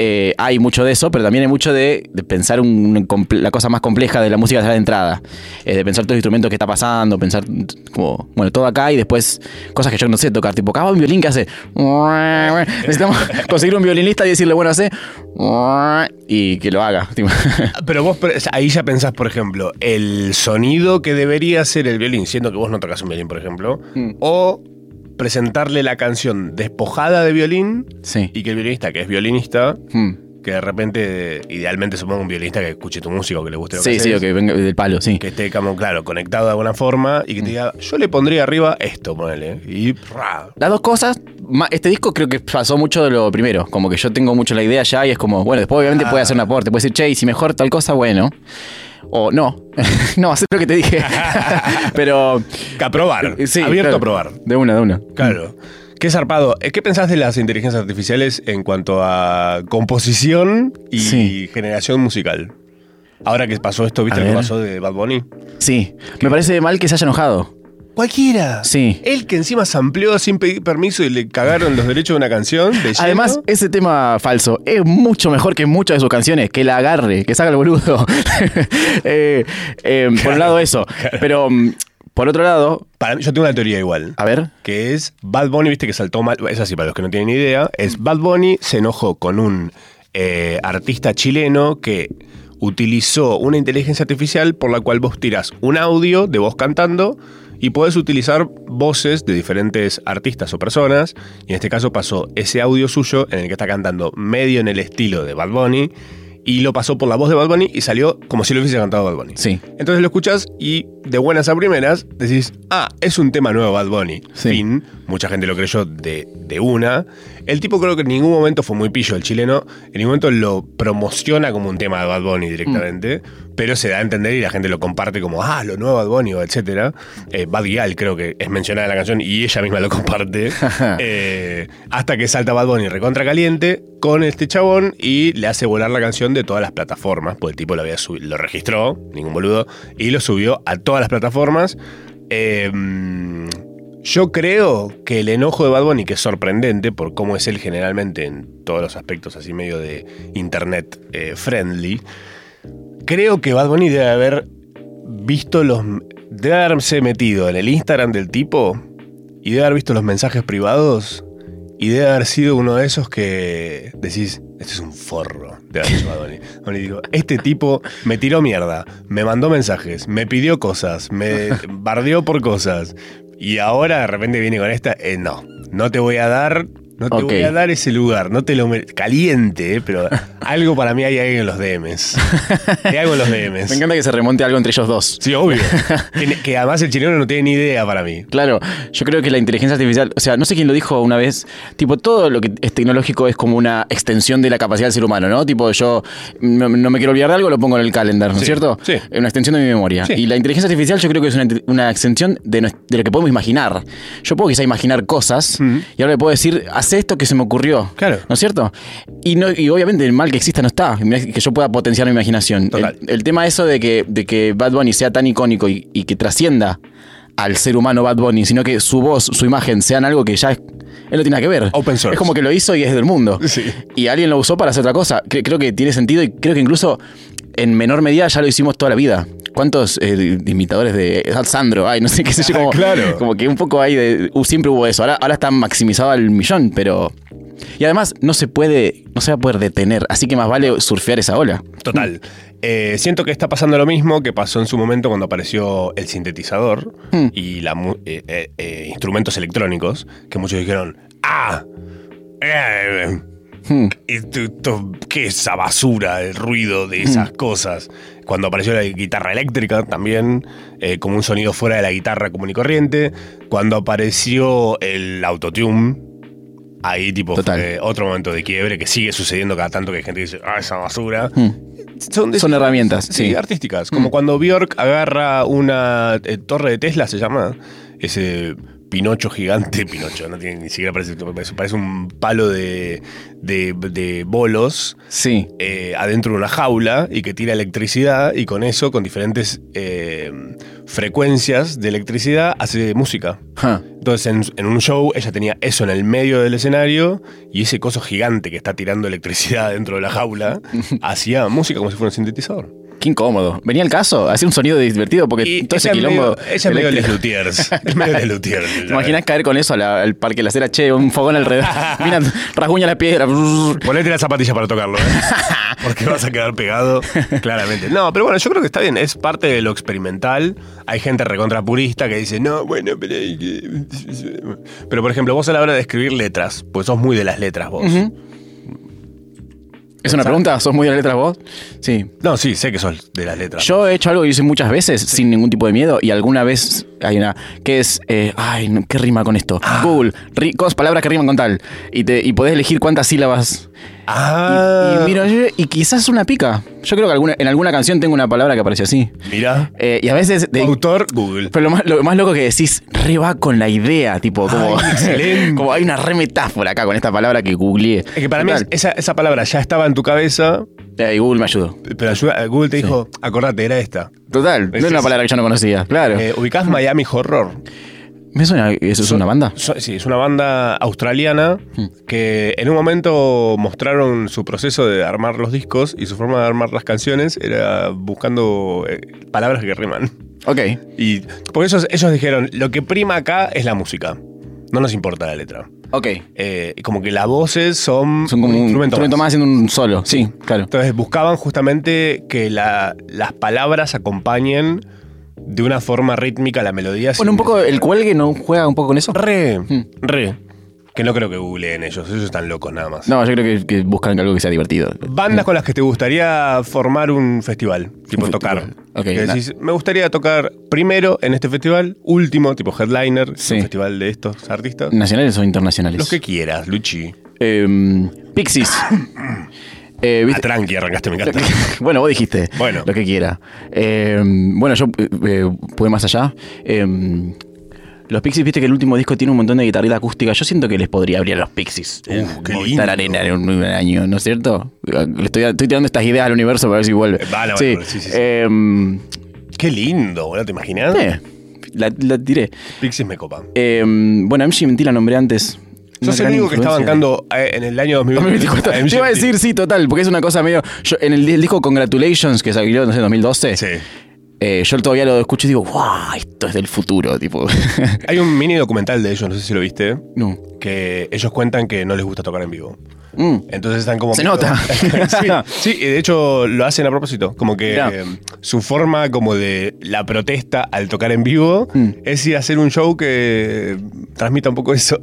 eh, hay mucho de eso, pero también hay mucho de, de pensar un- un comple- la cosa más compleja de la música de la entrada. Eh, de pensar todos los instrumentos que está pasando, pensar mm, como, bueno, todo acá y después cosas que yo no sé tocar. Tipo, acá va un violín que hace. Necesitamos conseguir un violinista y decirle, bueno, hace. Y que lo haga. tipo.
Pero vos pre- ahí ya pensás, por ejemplo, el sonido que debería ser el violín, siendo que vos no tocas un violín, por ejemplo,
Mm.
o presentarle la canción despojada de violín
Sí.
y que el violinista, que es violinista,
Mm.
que de repente, idealmente supongo un violinista que escuche tu música o que le guste lo
Sí,
que
sí,
haces,
o que venga del palo, sí.
que esté como, claro, conectado de alguna forma y que te
Mm.
diga, yo le pondría arriba esto, ponele. Y ra.
Las dos cosas, ma- este disco creo que pasó mucho de lo primero, como que yo tengo mucho la idea ya y es como, bueno, después obviamente puede
Ah.
hacer un aporte, puede decir, che, y si mejor tal cosa, bueno. O no, no, hacer lo que te dije. Pero... eh,
Que a probar.
sí,
abierto
claro.
a probar.
De una, de una.
Claro. Qué zarpado. Eh, ¿Qué pensás de las inteligencias artificiales en cuanto a composición y
Sí.
generación musical? Ahora que pasó esto, ¿viste
A
lo que
ver.
pasó de Bad Bunny?
Sí, me parece mal que se haya enojado.
Cualquiera.
Sí.
Él que encima se amplió sin pedir permiso y le cagaron los derechos de una canción. de lleno.
Además, ese tema falso es mucho mejor que muchas de sus canciones. Que la agarre, que saca el boludo. Eh, eh, por un lado eso. Pero mm, por otro lado,
Para mí- yo tengo una teoría igual.
a ver.
que es Bad Bunny, viste que saltó mal, es así para los que no tienen idea, es Bad Bunny se enojó con un eh, artista chileno que utilizó una inteligencia artificial por la cual vos tirás un audio de vos cantando y podés utilizar voces de diferentes artistas o personas, y en este caso pasó ese audio suyo en el que está cantando medio en el estilo de Bad Bunny. Y lo pasó por la voz de Bad Bunny y salió como si lo hubiese cantado Bad Bunny.
Sí.
Entonces lo escuchás y de buenas a primeras decís, ah, es un tema nuevo Bad Bunny.
Sí.
Fin. Mucha gente lo creyó de, de una. El tipo creo que en ningún momento fue muy pillo el chileno. En ningún momento lo promociona como un tema de Bad Bunny directamente. Pero se da a entender y la gente lo comparte como, ah, lo nuevo Bad Bunny o etcétera. Eh, Bad Gyal creo que es mencionada en la canción y ella misma lo comparte. Eh, hasta que salta Bad Bunny recontra caliente con este chabón y le hace volar la canción de todas las plataformas, porque el tipo lo, había subi- lo registró, ningún boludo, y lo subió a todas las plataformas. Eh, Yo creo que el enojo de Bad Bunny, que es sorprendente por cómo es él generalmente en todos los aspectos así medio de internet eh, friendly, creo que Bad Bunny debe haber visto los... debe haberse metido en el Instagram del tipo y debe haber visto los mensajes privados y debe haber sido uno de esos que decís, este es un forro. Debe haber dicho Bad Bunny. Bad Bunny dijo, este tipo me tiró mierda, me mandó mensajes, me pidió cosas, me bardeó por cosas. Y ahora de repente viene con esta, eh, no, no te voy a dar, no te
Ok.
voy a dar ese lugar, no te lo mere- caliente, eh, pero algo para mí hay alguien en los DMs. Hay algo en los
Me
DMs.
encanta que se remonte algo entre ellos dos.
Sí, obvio. Que, que además el chileno no tiene ni idea para mí.
Claro, yo creo que la inteligencia artificial, o sea, no sé quién lo dijo una vez, tipo, todo lo que es tecnológico es como una extensión de la capacidad del ser humano, ¿no? Tipo, yo no, no me quiero olvidar de algo, lo pongo en el calendar, ¿no es
Sí,
cierto?
sí.
Es una extensión de mi memoria.
Sí.
Y la inteligencia artificial yo creo que es una, int- una extensión de, nues- de lo que podemos imaginar. Yo puedo quizá imaginar cosas y ahora le puedo decir, haz esto que se me ocurrió.
Claro.
¿No es cierto? Y, no, y obviamente el mal que exista no está, que yo pueda potenciar mi imaginación.
Total.
El, el tema eso de que, de que Bad Bunny sea tan icónico y, y que trascienda al ser humano Bad Bunny, sino que su voz, su imagen sean algo que ya es- él no tiene nada que ver.
Open source.
Es como que lo hizo y es del mundo.
Sí.
Y alguien lo usó para hacer otra cosa. Cre- creo que tiene sentido y creo que incluso en menor medida ya lo hicimos toda la vida. ¿Cuántos eh, imitadores de Sandro? Ay, no sé qué sé yo.
Ah,
Como,
claro.
como que un poco ahí de. uh, siempre hubo eso. Ahora, ahora está maximizado al millón, pero. Y además no se puede. No se va a poder detener. Así que más vale surfear esa ola.
Total. Eh, siento que está pasando lo mismo que pasó en su momento cuando apareció el sintetizador y la mu- eh, eh, eh, instrumentos electrónicos, que muchos dijeron, ¡ah! eh, esto- esto- ¿Qué es esa basura, el ruido de esas cosas? Cuando apareció la guitarra eléctrica también, eh, como un sonido fuera de la guitarra común y corriente. Cuando apareció el autotune, ahí tipo
Total.
fue otro momento de quiebre que sigue sucediendo cada tanto que hay gente que dice, ah, esa basura. Son,
Son herramientas,
Sí,
sí. Mm.
artísticas. Como cuando Bjork agarra una eh, torre de Tesla, se llama, ese Pinocho gigante, Pinocho, no tiene ni siquiera parece, parece un palo de, de- de bolos.
Sí.
eh, adentro de una jaula y que tira electricidad y con eso, con diferentes eh, frecuencias de electricidad, hace música.
Ja.
Entonces, en, en un show, ella tenía eso en el medio del escenario y ese coso gigante que está tirando electricidad dentro de la jaula hacía música como si fuera un sintetizador.
Qué incómodo. Venía el caso, hacía un sonido divertido porque
Y
todo ese
ella es
quilombo.
medio- ella es medio Les
eléctrico.
Luthiers. Es medio Les Luthiers.
¿Te imaginas caer con eso a la- al parque de la acera? Che, un fogón alrededor. Mira, rasguña la piedra. brrr.
Ponete la zapatilla para tocarlo, ¿eh? Porque vas a quedar pegado, claramente. No, pero bueno, yo creo que está bien. Es parte de lo experimental. Hay gente recontrapurista que dice, no, bueno, pero. hay que-". Pero por ejemplo, vos a la hora de escribir letras, pues sos muy de las letras vos.
¿Es una pregunta? ¿Sos muy de las letras vos? Sí.
No, sí, sé que sos de las letras.
Yo he hecho algo que hice muchas veces sin ningún tipo de miedo y alguna vez hay una que es, eh, ay, no, ¿qué rima con esto?
Ah.
Google, ri- cos- palabras que riman con tal. Y, te, y podés elegir cuántas sílabas.
Ah,
Y, mira, yo- y quizás una pica. Yo creo que alguna- en alguna canción tengo una palabra que aparece así.
mira.
Eh, y a veces... de-
Autor Google.
Pero lo más, lo más loco que decís, re va con la idea, tipo, como,
Ay, excelente.
como hay una re metáfora acá con esta palabra que googleé.
Es que para mí
Total.
esa, esa palabra ya estaba en tu cabeza,
Eh, Google me ayudó.
pero ayuda- Google te dijo, acordate, era esta.
Total, no
Es-
es una
es-
palabra que yo no conocía, claro.
Eh, ¿Ubicás Miami Horror?
me suena, ¿eso es una banda?
So- sí, es una banda australiana
Hmm.
que en un momento mostraron su proceso de armar los discos y su forma de armar las canciones era buscando eh, palabras que riman.
Ok.
Y por eso ellos dijeron, lo que prima acá es la música, no nos importa la letra.
Ok.
Eh, como que las voces son,
Son como un instrumento,
más.
más haciendo un solo. Sí, claro.
Entonces buscaban justamente que la- las palabras acompañen de una forma rítmica la melodía. sin-
Bueno, un poco Hmm. el cuelgue no juega un poco con eso.
Re, re. Que no creo que googleen ellos, ellos están locos nada más.
No, yo creo que, que buscan algo que sea divertido.
Bandas con las que te gustaría formar un festival, tipo
Un
tocar.
festival. Ok,
Que
na-
decís, me gustaría tocar primero en este festival, último, tipo headliner,
Sí.
un festival de estos artistas.
¿Nacionales o internacionales?
Los que quieras, Luchi.
Em, Pixies. Eh,
Ah,
¿viste?
tranqui, arrancaste, me encanta.
bueno, vos dijiste.
Bueno.
Lo que quiera. Eh, bueno, yo eh, eh, pude más allá. Eh, los Pixies, viste que el último disco tiene un montón de guitarrita acústica. Yo siento que les podría abrir a los Pixies.
Uf, qué lindo.
Movistar Arena en un, un año, ¿no es cierto? Le estoy, estoy tirando estas ideas al universo para ver si vuelve.
Eh, vale, vale, sí, sí, sí.
Eh,
Qué lindo, boludo, ¿te imaginas?
eh, la, la tiré.
Pixies me copan.
Eh, bueno, a MGMT la nombré antes. Una
Sos el
gran
único que está
influencia.
bancando eh, en el año 2024.
2024. Te iba a decir, sí, total, porque es una cosa medio. yo- en el, el disco Congratulations, que salió, no sé, en 2012,
Sí.
eh, yo todavía lo escucho y digo, ¡guau! Esto es del futuro, tipo.
Hay un mini documental de ellos, no sé si lo viste,
no.
que ellos cuentan que no les gusta tocar en vivo.
Mm.
Entonces están como.
Se nota.
sí, sí, y de hecho lo hacen a propósito. Como que
Mirá.
eh, su forma como de la protesta al tocar en vivo
Mm.
es ir a hacer un show que transmita un poco eso.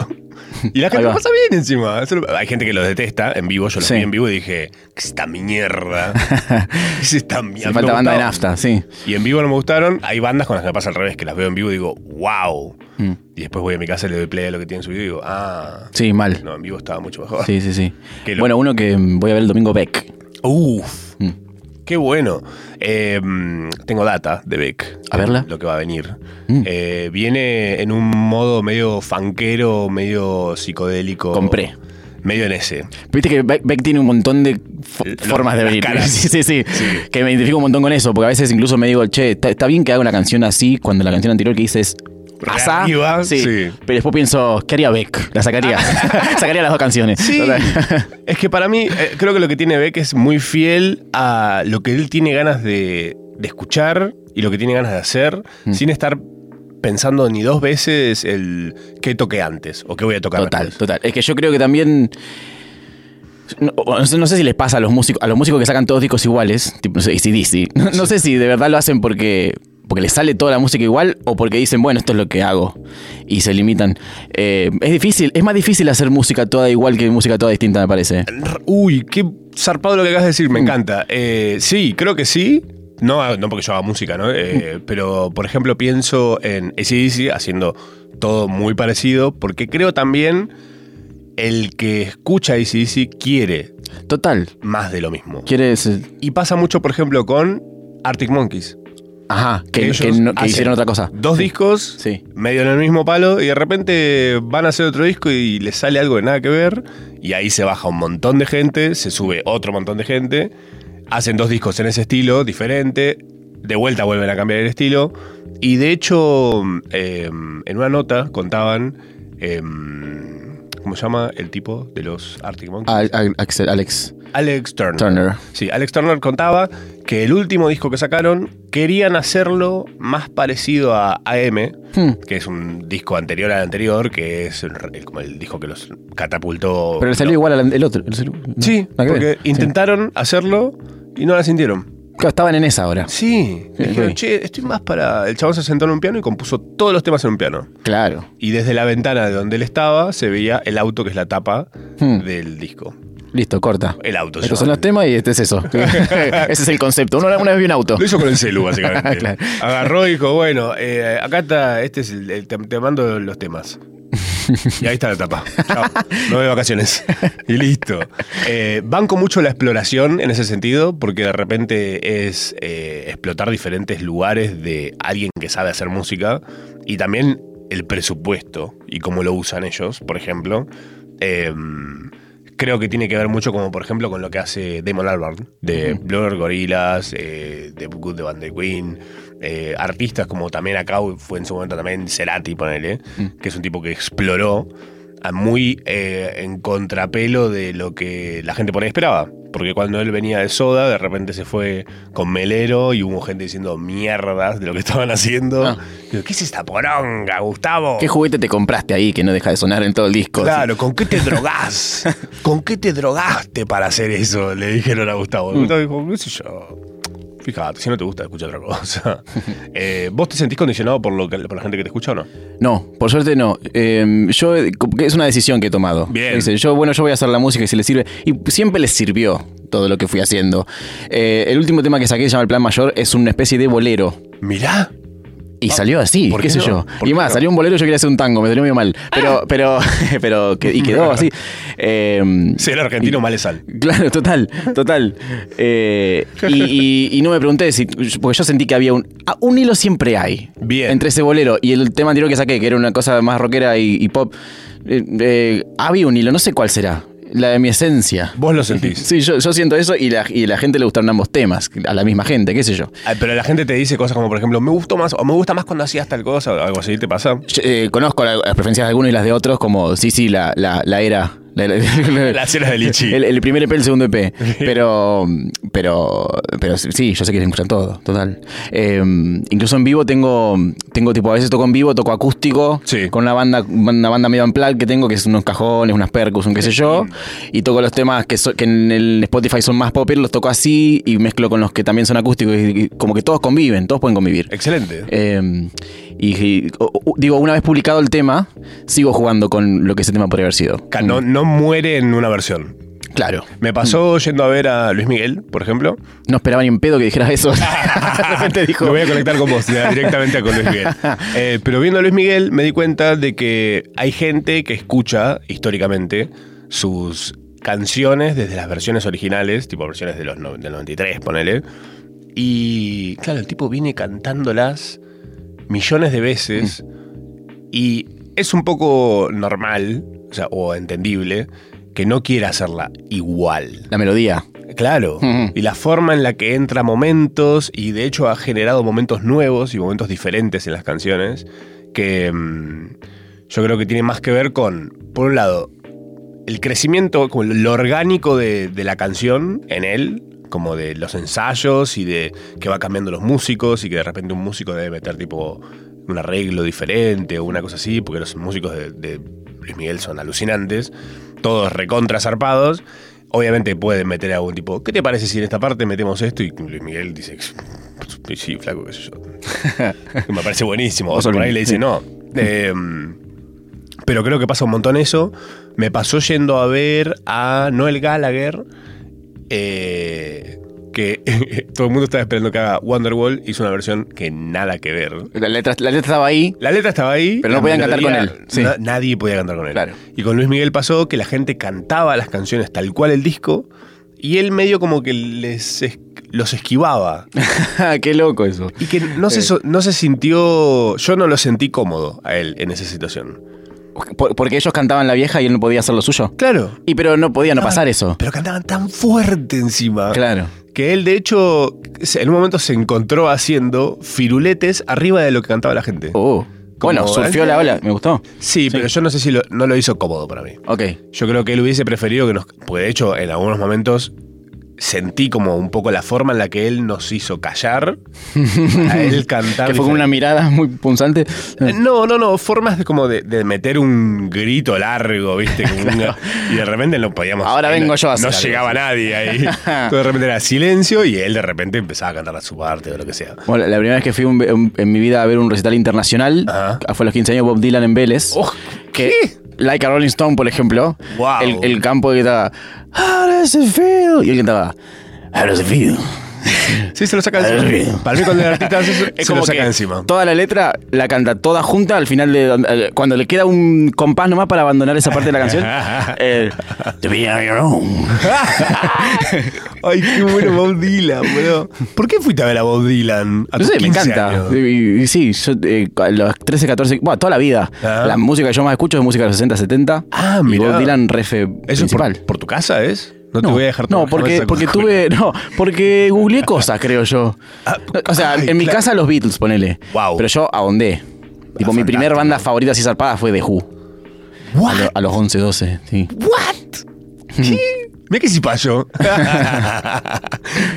Y la
Ahí
gente lo
va.
pasa bien encima. Eso lo- Hay gente que los detesta en vivo. Yo los
Sí.
vi en vivo y dije, ¿qué es esta mierda? ¿Qué es esta mierda?
Se
No me
falta banda de
gustaba.
nafta, sí.
Y en vivo no me gustaron. Hay bandas con las que me pasa al revés, que las veo en vivo y digo, wow.
Mm.
Y después voy a mi casa y le doy play a lo que tienen subido y digo, ah.
Sí, mal.
No, en vivo estaba mucho mejor.
Sí, sí, sí.
Qué loco.
Bueno, uno que mm, voy a ver el domingo Beck.
Uf.
Mm.
Qué bueno. Eh, tengo data de Beck.
A verla.
Lo que va a venir.
Mm.
Eh, viene en un modo medio fanquero, medio psicodélico.
Compré.
Medio en ese.
Viste que Beck, Beck tiene un montón de fo-
Lo-
formas de
Eh, las
venir.
caras.
Sí, sí, sí, Que me identifico un montón con eso, porque a veces incluso me digo, che, está, está bien que haga una canción así cuando la canción anterior que hice es. Asá,
Reactiva,
sí.
sí. Ah.
Pero después pienso, ¿qué haría Beck? La sacaría. sacaría las dos canciones. Total.
es que para mí, eh, creo que lo que tiene Beck es muy fiel a lo que él tiene ganas de, de escuchar y lo que tiene ganas de hacer, sin estar pensando ni dos veces el qué toqué antes o qué voy a tocar
Total,
después.
total. Es que yo creo que también. No, no sé, no sé si les pasa a los músicos, a los músicos que sacan todos discos iguales, tipo no sé, AC/DC. No, no sé si de verdad lo hacen porque. Porque les sale toda la música igual o porque dicen, bueno, esto es lo que hago. Y se limitan. Eh, es difícil, es más difícil hacer música toda igual que música toda distinta, me parece.
R- Uy, qué zarpado lo que acabas de decir, me encanta. Eh, sí, creo que sí. No, no porque yo haga música, ¿no? Eh, pero, por ejemplo, pienso en ACDC haciendo todo muy parecido, porque creo también el que escucha ACDC quiere
Total.
más de lo mismo.
¿Quieres.? eh,
Y pasa mucho, por ejemplo, con Arctic Monkeys.
Ajá, que,
Ellos
que no- que
hacen
hicieron otra cosa.
Dos
Sí.
discos,
Sí.
medio en el mismo palo, y de repente van a hacer otro disco y les sale algo de nada que ver, y ahí se baja un montón de gente, se sube otro montón de gente, hacen dos discos en ese estilo, diferente, de vuelta vuelven a cambiar el estilo, y de hecho, eh, en una nota contaban, eh, ¿cómo se llama el tipo de los Arctic Monkeys?
Al- al- Axel, Alex
Alex Turner.
Turner.
Sí, Alex Turner contaba que el último disco que sacaron querían hacerlo más parecido a AM,
Hmm.
que es un disco anterior al anterior, que es el re- como el disco que los catapultó.
Pero le salió
No.
igual al el otro. le salió-
Sí,
nada que ver.
porque
Sí.
intentaron hacerlo y no la sintieron.
Claro, Estaban en esa ahora.
Sí,
Sí,
dijeron,
sí.
che, estoy más para. El chabón se sentó en un piano y compuso todos los temas en un piano.
Claro.
Y desde la ventana de donde él estaba se veía el auto que es la tapa
Hmm.
del disco.
Listo, corta.
El auto. se
Estos son
llama.
los temas y este es eso. Ese es el concepto. Uno- una vez vi un auto.
Lo hizo con el celu, básicamente.
Claro.
Agarró y dijo, bueno, eh, acá está, este es el, el- te, te mando los temas. Y ahí está la tapa. Chao. Me voy de vacaciones. Y listo. Eh, banco mucho la exploración en ese sentido, porque de repente es eh, explotar diferentes lugares de alguien que sabe hacer música y también el presupuesto y cómo lo usan ellos, por ejemplo. Em, creo que tiene que ver mucho como por ejemplo con lo que hace Damon Albarn de Blur, Gorillaz, eh, de Good de Van de Queen, eh, artistas como también acá fue en su momento también Cerati, ponele,
Mm.
que es un tipo que exploró a muy eh, en contrapelo de lo que la gente por ahí esperaba. Porque cuando él venía de Soda, de repente se fue con Melero y hubo gente diciendo mierdas de lo que estaban haciendo.
Ah.
Digo, ¿Qué es esta poronga, Gustavo?
¿Qué juguete te compraste ahí que no deja de sonar en todo el disco?
Claro, ¿con qué te drogás? ¿Con qué te drogaste para hacer eso? Le dijeron a Gustavo.
Mm.
Gustavo dijo, qué sé yo. Fíjate, si no te gusta, escucha otra cosa. Eh, ¿Vos te sentís condicionado por, lo que- por la gente que te escucha o no?
No, por suerte no. Eh, yo que es una decisión que he tomado.
Bien.
Dice, yo bueno, yo voy a hacer la música y si le sirve y siempre les sirvió todo lo que fui haciendo. Eh, el último tema que saqué se llama El Plan Mayor es una especie de bolero.
Mirá.
Y salió así,
Ah, ¿por
qué
qué
sé
no?
yo.
¿Por
Y
qué
más,
no? Ah.
salió un bolero, yo quería hacer un tango, me salió muy mal. Pero, pero, pero, que- y quedó así. Eh,
Ser argentino mal es sal.
Claro, total, total. Eh, y, y- y no me pregunté si. Porque yo sentí que había un. ah, un hilo siempre hay.
Bien.
Entre ese bolero y el tema anterior que saqué, que era una cosa más rockera y, y pop. eh, eh, había un hilo, no sé cuál será. la de mi esencia.
Vos lo sentís.
Sí, yo, yo siento eso y la, y la gente le gustaron ambos temas, a la misma gente, qué sé yo.
Ay, Pero la gente te dice cosas como, por ejemplo, me gustó más o me gusta más cuando hacías tal cosa o algo así, ¿te pasa?
Yo, eh, conozco la- las preferencias de algunos y las de otros, como sí, sí, la, la, la era. La, la- la-
Las eras de Lichi.
El, el primer EP, el segundo EP. Pero, pero, pero sí, yo sé que escuchan todo, total. Eh, incluso en vivo tengo, tengo tipo, a veces toco en vivo, toco acústico,
Sí.
con una banda, una banda medio en plan que tengo, que es unos cajones, unas percus, un qué sé yo. Y toco los temas que, so- que en el Spotify son más pop, los toco así y mezclo con los que también son acústicos. y- y como que todos conviven, todos pueden convivir.
Excelente.
Eh, y, y- o- o- digo, una vez publicado el tema, sigo jugando con lo que ese tema podría haber sido.
Ca- No, no muere en una versión.
Claro.
Me
Mm.
pasó yendo a ver a Luis Miguel, por ejemplo.
No esperaba ni un pedo que dijeras eso. De repente dijo.
Lo voy a conectar con vos, ya, directamente con Luis Miguel. Eh, pero viendo a Luis Miguel me di cuenta de que hay gente que escucha históricamente sus canciones desde las versiones originales, tipo versiones de los no- del 93, ponele. Y claro, el tipo viene cantándolas millones de veces y es un poco normal, o sea, o entendible, que no quiera hacerla igual.
La melodía.
Claro.
Ujú.
Y la forma en la que entra momentos y de hecho ha generado momentos nuevos y momentos diferentes en las canciones que mm, yo creo que tiene más que ver con, por un lado, el crecimiento, como lo orgánico de, de la canción en él, como de los ensayos y de que va cambiando los músicos y que de repente un músico debe meter tipo un arreglo diferente o una cosa así, porque los músicos de, de Luis Miguel son alucinantes, todos recontra zarpados. Obviamente pueden meter algún tipo, ¿qué te parece si en esta parte metemos esto? Y Luis Miguel dice, sí, flaco, qué sé yo. Me parece buenísimo.
Vos
O por ahí
olvidate.
le dice, no. Eh, pero creo que pasa un montón eso. Me pasó yendo a ver a Noel Gallagher, eh, que todo el mundo estaba esperando que haga Wonderwall. Hizo una versión que nada que ver.
La letra, la letra estaba ahí.
La letra estaba ahí.
Pero no
la
podían cantar con él, sí.
na- nadie podía cantar con él.
Claro.
Y con Luis Miguel pasó que la gente cantaba las canciones tal cual el disco y él medio como que les es- los esquivaba.
Qué loco eso.
Y que no se, so- no se sintió. Yo no lo sentí cómodo a él en esa situación.
Por- porque ellos cantaban la vieja y él no podía hacer lo suyo.
Claro.
Y pero no podía no pasar eso.
Pero cantaban tan fuerte encima.
Claro.
Que él, de hecho, se- en un momento se encontró haciendo firuletes arriba de lo que cantaba la gente.
Oh. Bueno,
Como-
surfió la ola. Me gustó.
Sí, pero yo no sé si lo- no lo hizo cómodo para mí.
Ok.
Yo creo que él hubiese preferido que nos. Porque de hecho, en algunos momentos sentí como un poco la forma en la que él nos hizo callar. a él cantar.
Que fue con una
diferente.
mirada muy punzante.
Eh, No, no, no, formas de como de, de meter un grito largo, ¿viste? Como una- y de repente no podíamos.
Ahora
eh,
vengo
no-
yo a hacer
No
algo.
llegaba nadie ahí. Entonces, de repente era silencio y él de repente empezaba a cantar a su parte o lo que sea.
Bueno, la primera vez que fui un- un- en mi vida a ver un recital internacional ah,
Ajá.
fue a los 15 años Bob Dylan en Vélez.
Oh,
que, Like a Rolling Stone, por ejemplo.
Wow.
El, el campo que estaba. How does it feel? Y él cantaba. How does it feel?
Sí, se lo saca encima. Para mí, cuando el artista hace eso, se
Es como
lo saca
que
encima.
toda la letra la canta toda junta al final de al- cuando le queda un compás nomás para abandonar esa parte de la canción. eh, to be on your own.
Ay, qué bueno Bob Dylan, bro. ¿Por qué fuiste a ver a Bob Dylan? A
No
tus
sé, me
15
encanta.
años?
Y, y- y sí, yo eh, a los 13, 14, bueno, toda la vida.
Ah.
La música que yo más escucho es música de los 60, 70.
Ah,
Y
mirá.
Bob Dylan refe
¿Eso es
principal.
por, por tu casa, es? No, te voy a dejar
No,
trabajar
porque,
esa
porque
cosa.
tuve. No, porque googleé cosas, creo yo.
Ah,
O sea,
ay,
en mi
claro.
casa los Beatles, ponele.
Guau.
Pero yo ahondé. Tipo, mi
fantástico.
primer banda favorita así zarpada fue The Who. A,
¿What?
lo- a los 11, 12, sí.
¿What? ¿Qué? Mira que cipayo.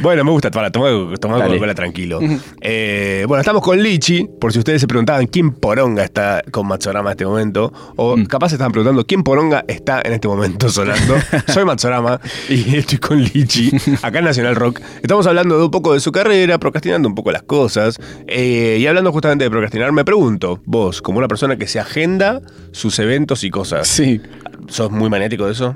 bueno, me gusta. Para, toma toma
Dale.
Coca-Cola tranquilo. Eh, bueno, estamos con Lichi. Por si ustedes se preguntaban quién poronga está con Matsorama en este momento. O
Mm.
capaz se estaban preguntando quién poronga está en este momento sonando. Soy Matsorama y estoy con Lichi. Acá en Nacional Rock. Estamos hablando de un poco de su carrera, procrastinando un poco las cosas. Eh, y hablando justamente de procrastinar, me pregunto, vos, como una persona que se agenda sus eventos y cosas.
Sí.
¿Sos muy magnético de eso?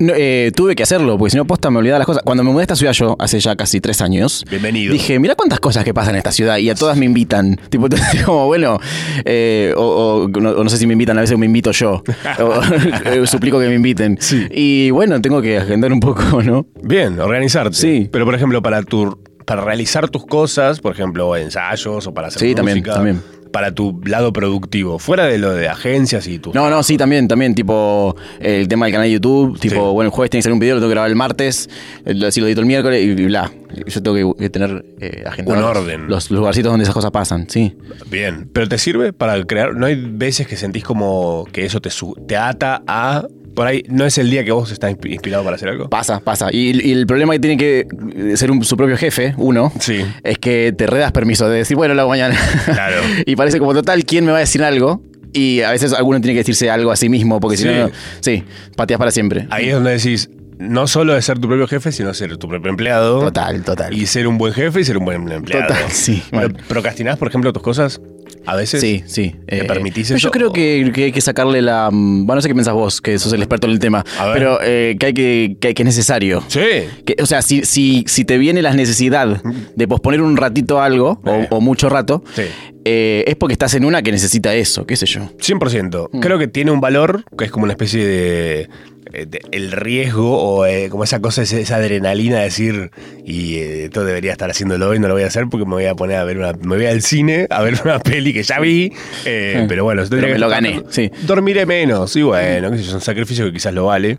No, eh, tuve que hacerlo, porque si no, posta, me olvidaba las cosas. Cuando me mudé a esta ciudad yo, hace ya casi tres años,
Bienvenido.
dije, mira cuántas cosas que pasan en esta ciudad y a todas me invitan. Tipo, entonces, como, bueno, eh, o, o no, o no sé si me invitan, a veces me invito yo. O, eh, suplico que me inviten. Y bueno, tengo que agendar un poco, ¿no?
Bien, organizarte.
Sí.
Pero, por ejemplo, para tu, para realizar tus cosas, por ejemplo, ensayos o para hacer
Sí, también,
música,
también.
para tu lado productivo, fuera de lo de agencias y tu...
No, no, sí, también, también, tipo eh, el tema del canal de YouTube, tipo,
Sí.
bueno, el jueves tiene que salir un video, lo tengo que grabar el martes, eh, lo- si lo edito el miércoles y bla. Yo tengo que, que tener eh, agendados
Un
los-
orden.
Los, lugarcitos donde esas cosas pasan, sí.
Bien, pero te sirve para crear. No hay veces que sentís como que eso te, su- te ata a. Por ahí, no es el día que vos estás inspi- inspirado para hacer algo.
Pasa, pasa. Y, y el problema que tiene que eh, ser un- su propio jefe, uno,
Sí.
es que te redas permiso de decir, bueno, lo hago mañana.
Claro.
y parece como total, ¿quién me va a decir algo? Y a veces alguno tiene que decirse algo a sí mismo, porque
Sí.
si no, no- sí, pateas para siempre.
Ahí es donde decís, no solo de ser tu propio jefe, sino ser tu propio empleado.
Total, total.
Y ser un buen jefe y ser un buen empleado.
Total, sí,
Pero,
mal.
¿Procrastinás, por ejemplo, tus cosas? A veces.
Sí, sí.
¿Te
Eh,
permitís
pero
eso?
Yo creo que, que hay que sacarle la. mm, Bueno, no sé qué pensás vos, que sos el experto en el tema.
A ver.
Pero eh, que, hay que, que, hay- que es necesario.
Sí.
Que, o sea, si, si, si te viene la necesidad de posponer un ratito algo, o-
Eh.
o, mucho rato,
Sí.
eh, es porque estás en una que necesita eso, qué sé yo.
100%.
Mm.
Creo que tiene un valor que es como una especie de. eh, de- el riesgo o eh, como esa cosa, esa, esa adrenalina de decir, y eh, esto debería estar haciéndolo y no lo voy a hacer porque me voy a poner a ver una. Me voy al cine a ver una peli que ya vi, eh,
Sí.
pero bueno,
Pero
tendría
me
que-
lo gané, sí.
Dormiré menos, y bueno, qué sé yo, es un sacrificio que quizás lo vale.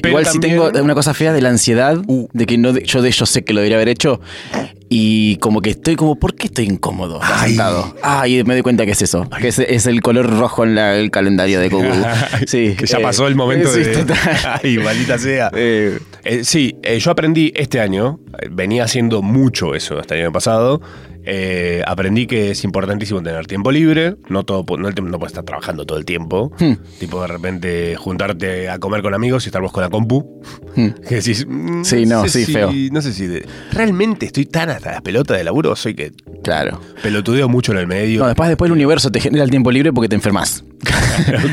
Pero
Igual si
también-
tengo una cosa fea de la ansiedad,
Uh.
de que no de- yo de ellos sé que lo debería haber hecho, y como que estoy como, ¿por qué estoy incómodo? acá
Ay.
sentado? Ay, me doy cuenta que es eso, que es, es el color rojo en la- el calendario de Google. Sí,
que ya
eh,
pasó el momento
sí,
de.
total.
Ay, maldita sea.
Eh,
Eh, sí, eh, yo aprendí este año, eh, venía haciendo mucho eso hasta el año pasado. eh, aprendí que es importantísimo tener tiempo libre, no todo pu- no, el tiempo- no puedes estar trabajando todo el tiempo.
Hmm.
Tipo de repente juntarte a comer con amigos y estar vos con la compu. Que decís, mm,
Hmm. Sí, no,
sé
sí,
si-
feo.
No sé si de- realmente estoy tan hasta las pelotas de laburo, soy que
claro.
pelotudeo mucho en el medio.
No, después, después el universo te genera el tiempo libre porque te enfermas.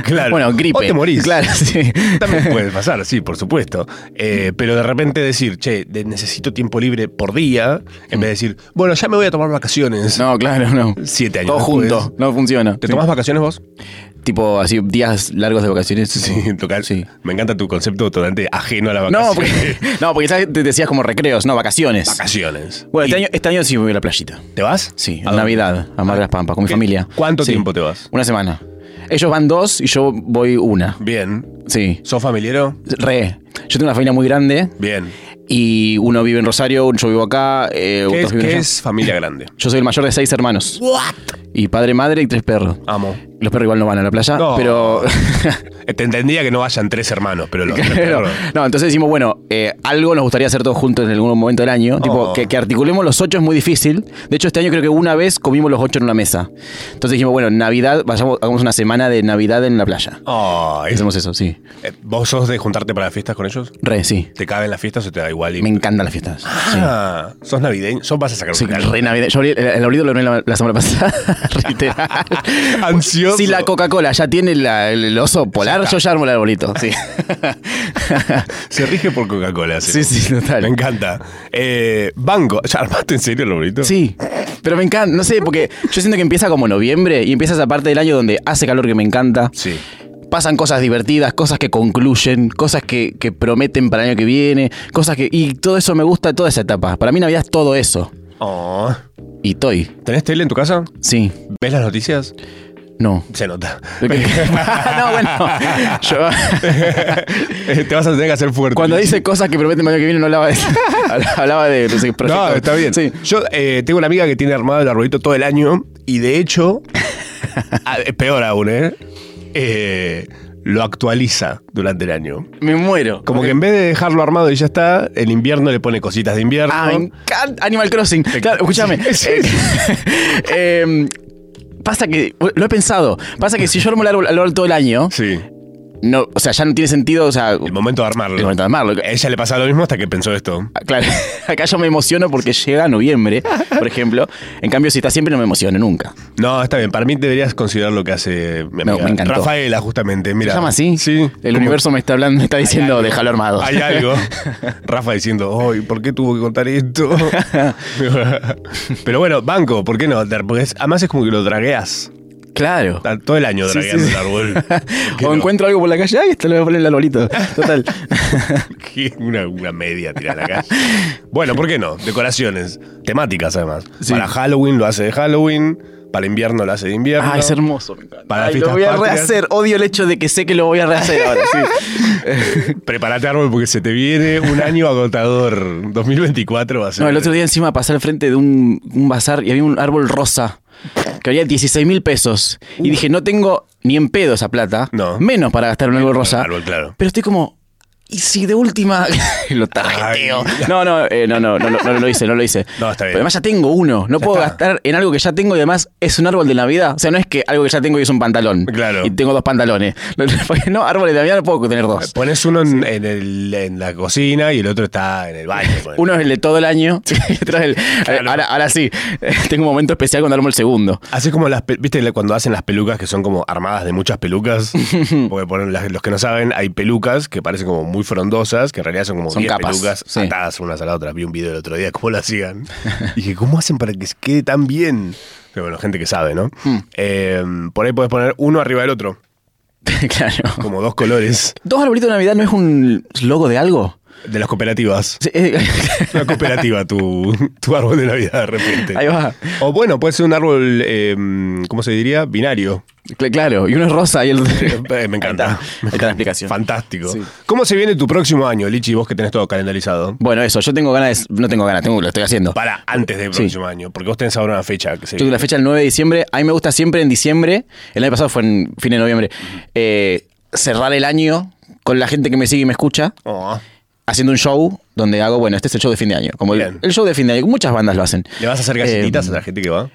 Claro.
Bueno, gripe.
O te morís.
Claro, sí.
También puede pasar, sí, por supuesto. Eh, pero de repente decir, che, de- necesito tiempo libre por día, en vez de decir, bueno, ya me voy a tomar vacaciones.
No, claro, no.
Siete años
Todo
después.
junto, no funciona.
pues. ¿Te
Sí.
tomás vacaciones vos?
Tipo así, días largos de vacaciones.
Sí, en tu caso.
Sí.
Me encanta tu concepto totalmente ajeno a la
No,
vacación.
porque, no, porque ¿sabes? te decías como recreos, no, vacaciones.
Vacaciones.
Bueno, este
¿Y
año, este año sí me voy a la playita.
¿Te vas?
Sí,
¿A
en
dónde?
Navidad, a Mar de las Pampas, con mi
¿Qué-
familia.
cuánto
Sí.
tiempo te vas?
Una semana. Ellos van dos y yo voy una.
Bien.
Sí.
¿Sos familiero?
Re. Yo tengo una familia muy grande
Bien.
y uno vive en Rosario, yo vivo acá, eh,
¿Qué
otros
es,
viven
qué
allá.
es familia grande?
Yo soy el mayor de seis hermanos. Y padre, madre y tres perros.
Amo.
Los perros igual no van a la playa,
Ah. No.
pero...
Eh, Te entendía que no vayan tres hermanos, pero los
Claro. No, entonces decimos, bueno, eh, algo nos gustaría hacer todos juntos en algún momento del año.
Oh.
Tipo, que, que articulemos los ocho es muy difícil. De hecho, este año creo que una vez comimos los ocho en una mesa. Entonces dijimos, bueno, Navidad, vayamos, hagamos una semana de Navidad en la playa.
Ay,
Hacemos eso, sí.
eh, ¿Vos sos de juntarte para las fiestas con ellos?
Re, sí.
¿Te caben las fiestas o te da igual? y-
Me encantan las fiestas. Sí.
Ah, sos navideño, sos vas a sacar un
Sí,
regalo.
re navideño. Yo abrí- el, el abrigo lo abrí la, la semana pasada. Literal.
Ansioso.
Si la Coca-Cola ya tiene la- el oso polar, yo ya armo el arbolito. Sí.
Se rige por Coca-Cola.
sí, sí,
Me
total.
encanta. Eh, banco. ¿Ya armaste en serio el bonito?
Sí, pero me encanta, no sé, porque yo siento que empieza como noviembre y empieza esa parte del año donde hace calor que me encanta.
Sí.
Pasan cosas divertidas, cosas que concluyen, cosas que, que prometen para el año que viene, cosas que. Y todo eso me gusta, toda esa etapa. Para mí, Navidad es todo eso.
Oh.
Y estoy,
¿Tenés tele en tu casa?
sí,
¿Ves las noticias?
no.
Se nota.
Lo que- no, bueno. yo-
Eh, Te vas a tener que hacer fuerte.
cuando dice cosas que prometen para el año que viene, no hablaba de. hablaba de. no sé,
No,
proyectos.
está bien.
Sí.
Yo eh, tengo una amiga que tiene armado el arbolito todo el año y de hecho, a- es peor aún, ¿eh? Eh, Lo actualiza durante el año.
Me muero.
Como que en vez de dejarlo armado y ya está, en invierno le pone cositas de invierno.
Ah, me encanta Animal Crossing. Claro, escúchame. Eh, eh, pasa que, lo he pensado, pasa que si yo armo el árbol, el árbol todo el año,
Sí.
no, o sea, ya no tiene sentido, o sea, el
El momento de armarlo.
momento de armarlo.
A ella le pasa lo mismo hasta que pensó esto.
Claro, acá yo me emociono porque llega noviembre, por ejemplo. En cambio, si está siempre, no me emociono nunca.
No, está bien. Para mí deberías considerar lo que hace mi
No,
amiga
me encantó.
Rafaela, justamente.
¿Se
Mira.
llama así?
Sí.
El
Como-
universo me está hablando, me está diciendo, déjalo armado.
Hay algo. Rafa diciendo, hoy, ¿por qué tuvo que contar esto? Pero bueno, banco, ¿por qué no? Porque es- además es como que lo dragueas.
Claro.
Está Todo el año
Sí,
dragueando
sí, sí.
el árbol. ¿Por qué
O
no?
encuentro algo por la calle, ay, esto lo voy a poner en el arbolito. Total.
Que Una, una media tirada acá. bueno, ¿por qué no? Decoraciones temáticas, además.
Sí.
Para Halloween lo hace de Halloween. Para invierno la hace de invierno.
Ah, es hermoso, me encanta.
Para
Ay,
fiestas
lo voy a
patrias.
rehacer. Odio el hecho de que sé que lo voy a rehacer ahora, sí.
Prepárate árbol porque se te viene un año agotador. 2024 va a ser.
No, el otro día encima pasé al frente de un, un bazar y había un árbol rosa que valía 16 mil pesos. Y dije, no tengo ni en pedo esa plata.
Uh. No.
Menos para gastar en un árbol rosa.
árbol, claro.
Pero estoy como, ¿y si de última lo tarjeteo?
Ay.
No, no, eh, no, no, no, no, no lo hice, no lo hice.
No, está bien.
Pero además ya tengo uno. No puedo
está.
gastar en algo que ya tengo y además es un árbol de Navidad. O sea, no es que algo que ya tengo y es un pantalón.
Claro.
Y tengo dos pantalones. No, árboles de Navidad no puedo tener dos.
Pones uno en, en el- en la cocina y el otro está en el baño. ponele.
Uno es el de todo el año y otro es el.
Claro.
Ahora, ahora sí, tengo un momento especial cuando armo el segundo.
Así como las, pe- viste cuando hacen las pelucas que son como armadas de muchas pelucas, porque ponen las- los que no saben, hay pelucas que parecen como muy frondosas, que en realidad son como
Son
10
capas,
pelucas
sí.
atadas unas a la otra. Vi un video el otro día, cómo lo hacían. Dije, ¿cómo hacen para que se quede tan bien? Pero bueno, gente que sabe, ¿no?
Hmm.
Eh, por ahí podés poner uno arriba del otro,
claro.
como dos colores
¿Dos arbolitos de Navidad no es un logo de algo?
de las cooperativas.
Sí, eh,
Una cooperativa, tu, tu árbol de Navidad de repente.
Ahí va.
O bueno, puede ser un árbol, eh, ¿cómo se diría? Binario.
Cl- claro, y uno es rosa y el otro.
Eh, Me encanta.
Ahí está, ahí está la explicación.
Fantástico.
Sí.
¿Cómo se viene tu próximo año, Lichi, vos que tenés todo calendarizado?
Bueno, eso, yo tengo ganas. de- no tengo ganas, tengo, lo estoy haciendo.
Para antes del
Sí.
próximo año, porque vos tenés ahora una fecha. Que se-
Yo tengo la fecha del 9 de diciembre. A mí me gusta siempre en diciembre. El año pasado fue en fin de noviembre. eh, cerrar el año con la gente que me sigue y me escucha.
Oh,
haciendo un show donde hago, bueno, este es el show de fin de año. Como el,
Bien.
el show de fin de año, muchas bandas lo hacen.
¿Le vas a hacer galletitas
Eh,
a la gente que va?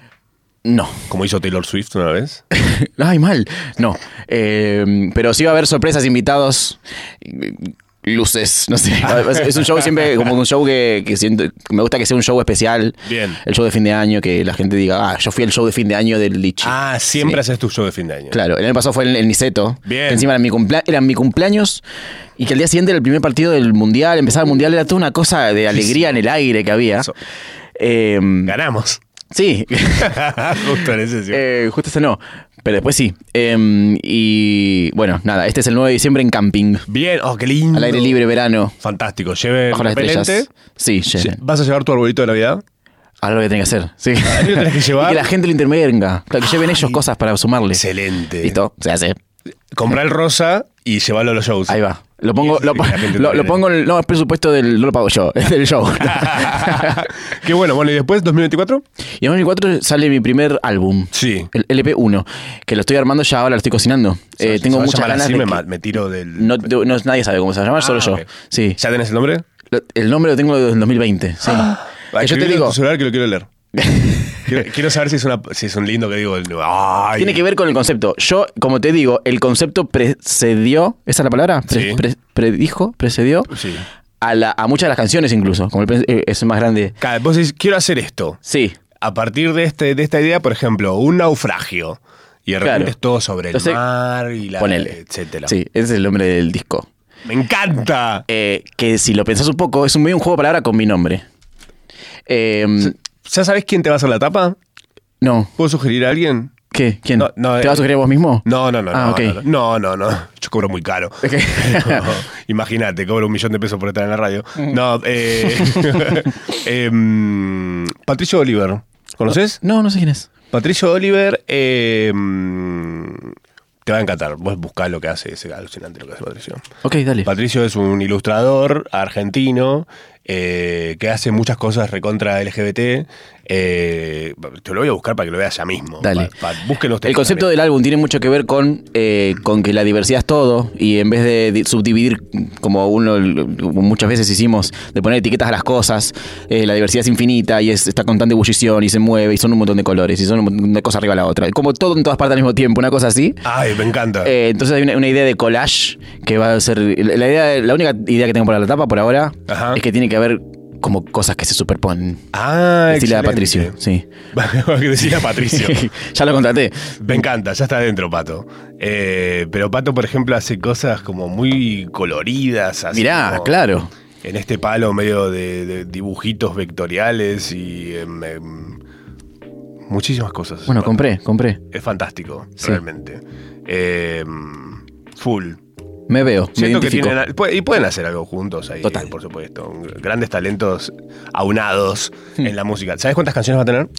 No.
Como hizo Taylor Swift una vez.
Ay, mal. No. Eh, pero sí va a haber sorpresas, invitados, eh, luces, no sé. Es- Es un show siempre, como un show que, que siento- que me gusta que sea un show especial.
Bien.
El show de fin de año, que la gente diga, ah, yo fui el show de fin de año del Lichi.
Ah, siempre haces tu show de fin de año.
Claro, el año pasado fue en el Niceto.
Bien.
Que encima era mi, cumplea- era mi cumpleaños y que el día siguiente era el primer partido del Mundial, empezaba el Mundial, era toda una cosa de alegría en el aire que había.
Eso.
Eh,
Ganamos.
sí,
Justo en ese sí.
Eh, justo ese no, pero después sí. Eh, y bueno, nada, este es el 9 de diciembre en camping,
Bien, oh, qué lindo.
al aire libre, verano,
Fantástico. Lleve
bajo las estrellas.
repelente.
Sí,
Lle-
lleven.
¿Vas a llevar tu arbolito de Navidad?
Ahora lo voy a tener que hacer. Sí.
mí Ah, lo tenés que llevar.
Y que la gente lo intervenga. Claro, que lleven ellos cosas para sumarle.
Excelente.
Listo, se hace.
Comprá el rosa y llevalo a los shows.
Ahí va. Lo pongo,
Sí,
lo,
sí, que la gente
lo-
te
lo
vea.
pongo en el, no, el presupuesto del, no lo pago yo, es del show.
Qué bueno. Bueno, ¿y después 2024?
y en 2004 sale mi primer álbum.
Sí.
El LP1, que lo estoy armando ya ahora, lo estoy cocinando. Eh, tengo
Se va a
muchas
llamar
ganas
así,
de
me,
que-
ma- me tiro del...
no, de- no- nadie sabe cómo se va a llamar, solo
Ah,
yo.
ok.
Sí.
¿Ya tenés el nombre?
Lo- el nombre lo tengo desde el 2020. Sí. Que yo te
Ah. Escribilo en
digo,
tu celular que lo quiero leer. Quiero, quiero saber si es, una, si es un lindo que digo. el- Ay,
tiene que ver con el concepto. Yo, como te digo, el concepto precedió, ¿esa es la palabra? Pre-
Sí.
pre- predijo, precedió
Sí.
a, la- a muchas de las canciones incluso, como el pre- eh, es el más grande.
Claro, Vos decís, quiero hacer esto.
Sí.
A partir de, este, de esta idea, por ejemplo, un naufragio. Y de repente
Claro.
es todo sobre el
Entonces,
mar y la...
Ponele.
Etcétera.
Sí, ese es el nombre del disco.
¡Me encanta!
Eh, que si lo pensás un poco, es un medio un juego de palabras con mi nombre. Eh,
¿Ya sabés quién te va a hacer la tapa?
no.
¿Puedo sugerir a alguien?
¿Qué? ¿Quién?
No, no,
¿Te
eh,
vas a sugerir a vos mismo?
No, no, no.
Ah,
no,
ok.
no, no, no, no, no. Yo cobro muy caro.
Ok.
Pero, Imagínate, cobro un millón de pesos por estar en la radio. No, eh, em, Patricio Oliver. ¿Conoces?
No, no sé quién es.
Patricio Oliver em, te va a encantar. Vos buscás lo que hace, es alucinante lo que hace Patricio.
Ok, dale.
Patricio es un ilustrador argentino eh, que hace muchas cosas recontra LGBT. Eh, te lo voy a buscar para que lo veas ya mismo.
Dale.
Pa- pa- búsquenlo ustedes
El concepto
también.
del álbum tiene mucho que ver con, eh, con que la diversidad es todo y en vez de di- subdividir, como uno como muchas veces hicimos, de poner etiquetas a las cosas, eh, la diversidad es infinita y es, está constante ebullición y se mueve y son un montón de colores y son un montón de cosas arriba de la otra. Como todo en todas partes al mismo tiempo, una cosa así.
Ay, me encanta.
Eh, entonces hay una, una idea de collage que va a ser. La, idea, la única idea que tengo para la tapa por ahora
Ajá.
es que tiene que haber como cosas que se superponen.
Ah,
Estilo de Patricio,
excelente.
sí.
Decirle a Patricio.
ya lo contraté.
Me encanta, ya está adentro Pato. Eh, pero Pato, por ejemplo, hace cosas como muy coloridas. Así
Mirá,
como
claro.
En este palo medio de, de dibujitos vectoriales y em, em, muchísimas cosas.
Bueno,
Pato.
compré, compré.
Es fantástico,
Sí.
realmente. Em, full.
Me veo, me
Siento que
identifico.
tienen a- pu- y pueden hacer algo juntos ahí,
Total.
por supuesto. Grandes talentos aunados en la música. ¿Sabes cuántas canciones va a tener?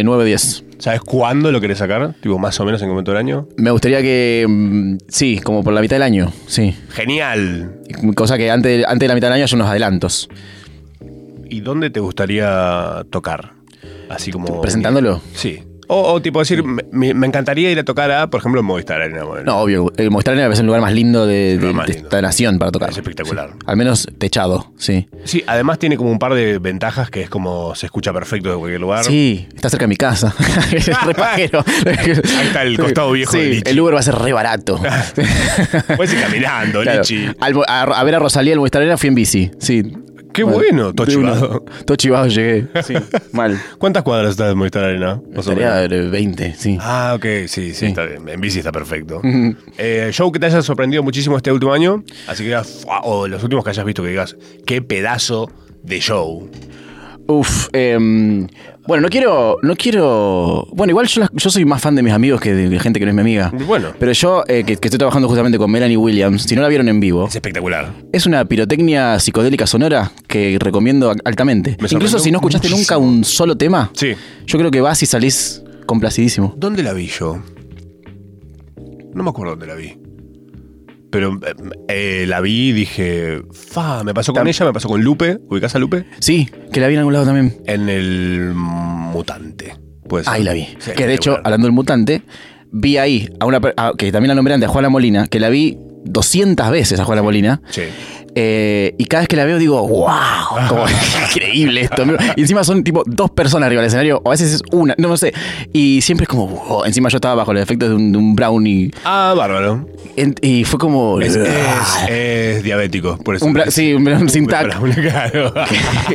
Eh, 9-10.
¿Sabes cuándo lo querés sacar? Tipo, más o menos en qué momento del año.
Me gustaría que. mm, Sí, como por la mitad del año. Sí.
Genial.
Cosa que antes, antes de la mitad del año hay unos adelantos.
¿Y dónde te gustaría tocar? Así como.
¿Presentándolo?
Sí. O, o tipo decir, me, me- me encantaría ir a tocar a, por ejemplo, Movistar Arena. Bueno,
No, obvio. El Mostrarena me parece el lugar más lindo de,
lugar
de-
más
de
lindo.
esta nación para tocar.
Es espectacular.
Sí. Al menos techado, sí.
Sí, además tiene como un par de ventajas que es como se escucha perfecto de cualquier lugar.
Sí, está cerca de mi casa. es re pajero.
Ahí está el costado viejo
Sí,
de Lichi.
el Uber va a ser re barato.
Puedes ir caminando,
Claro.
Lichi.
Al Mo- a, a ver a Rosalía el Mostrarena fui en bici. Sí.
Qué
Mal.
bueno, todo
De una-
chivado.
Todo chivado llegué. Sí, mal.
¿Cuántas cuadras está de Movistar Arena? Más o menos.
Estaría de 20, sí.
Ah, ok, sí, sí, está bien. En bici está perfecto. Eh, show que te haya sorprendido muchísimo este último año, así que digas, "Fua", o los últimos que hayas visto que digas, qué pedazo de show.
Uf, em, bueno, no quiero, no quiero, bueno, igual yo, las- yo soy más fan de mis amigos que de gente que no es mi amiga.
Bueno.
Pero yo, eh, que, que estoy trabajando justamente con Melanie Williams, si no la vieron en vivo,
Es espectacular.
es una pirotecnia psicodélica sonora que recomiendo ac- altamente.
Me
Incluso
sorprendió
si no escuchaste
muchísimo.
nunca un solo tema,
Sí.
yo creo que vas y salís complacidísimo.
¿Dónde la vi yo? No me acuerdo dónde la vi. Pero eh, eh, la vi y dije, fa, me pasó con ella, me pasó con Lupe, ubicás a Lupe,
Sí, que la vi en algún lado también.
en el Mutante. Puede ser.
Ahí la vi.
Sí,
que de hecho,
espectacular.
hablando del mutante, vi ahí a una per- a- que también la nombré antes, a Juana Molina, que la vi 200 veces a Juana Molina.
Sí.
Eh, y cada vez que la veo digo, wow, como increíble esto. Y encima son tipo dos personas arriba del escenario, o a veces es una, no, no sé. Y siempre es como, wow. encima yo estaba bajo los efectos de un, de un brownie.
Ah, bárbaro.
En- y fue como... Ah,
Es, es- es diabético, por eso.
Pues, un bra- sí, un brownie sin tac.
Un brownie, claro.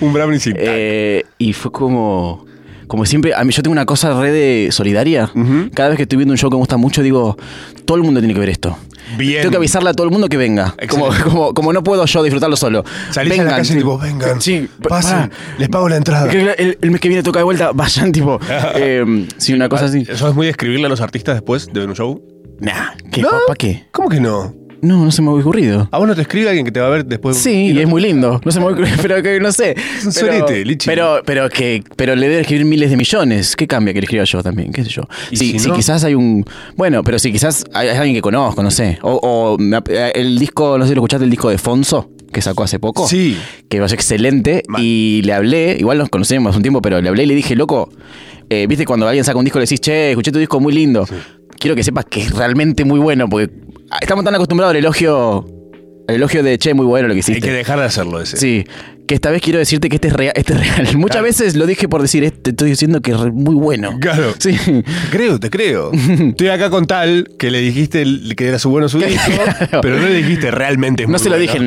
un brownie sin tac.
Eh, y fue como. Como siempre, a mí yo tengo una cosa re de solidaria. Cada vez que estoy viendo un show que me gusta mucho, digo, todo el mundo tiene que ver esto.
Bien.
Tengo que avisarle a todo el mundo que venga. Como,
Excelente.
como, como no puedo yo disfrutarlo solo.
Salís a la calle
sí.
y tipo, vengan,
Sí, pa-
pasen,
pará.
les pago la entrada.
Que El, el mes que viene toca de vuelta, vayan, tipo. eh, sí, una cosa así.
¿Eso es muy de escribirle a los artistas después de ver un show?
Nah, ¿qué?
¿No?
¿Para qué?
¿Cómo que no?
No, no se me había ocurrido.
¿A vos no te escribe alguien que te va a ver después?
Sí, y es muy lindo. No se me ocurre, pero que no sé.
Es un
pero,
sorete, Lichi.
Pero, pero que, pero le debe escribir miles de millones. ¿Qué cambia que le escriba yo también? ¿Qué sé yo?
¿Y
Si,
si
si
no?
quizás hay un. Bueno, pero si quizás hay, hay alguien que conozco, no sé. O, o me ap- eh, el disco, no sé si lo escuchaste, el disco de Fonso que sacó hace poco.
Sí.
Que va a ser excelente.
Mal.
Y le hablé, igual nos conocemos hace un tiempo, pero le hablé y le dije, loco, eh, viste cuando alguien saca un disco le decís, che, escuché tu disco muy lindo. Quiero que sepas que es realmente muy bueno, porque estamos tan acostumbrados al elogio. al elogio de che, muy bueno lo que hiciste.
Hay que dejar de hacerlo ese.
Sí, que esta vez quiero decirte que este es real. Este es real. Muchas
Claro.
veces lo dije por decir, este, estoy diciendo que es re- muy bueno.
Claro.
Sí.
Te creo, te creo. Estoy acá con tal que le dijiste el- que era su bueno su disco,
Claro.
pero no le dijiste realmente es
No
muy
se lo
bueno.
dije en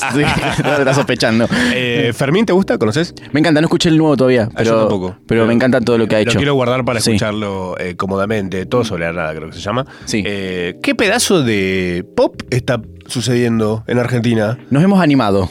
sí, Estaba sospechando.
Eh, Fermín, ¿te gusta? ¿Conoces?
Me encanta, no escuché el nuevo todavía,
Ah,
pero,
yo tampoco.
pero me encanta todo lo que ha hecho.
Lo quiero guardar para
Sí. Mm.
escucharlo eh, cómodamente. Todo sobre la nada, creo que se llama.
Sí.
Eh, ¿Qué pedazo de pop está sucediendo en Argentina?
Nos hemos animado.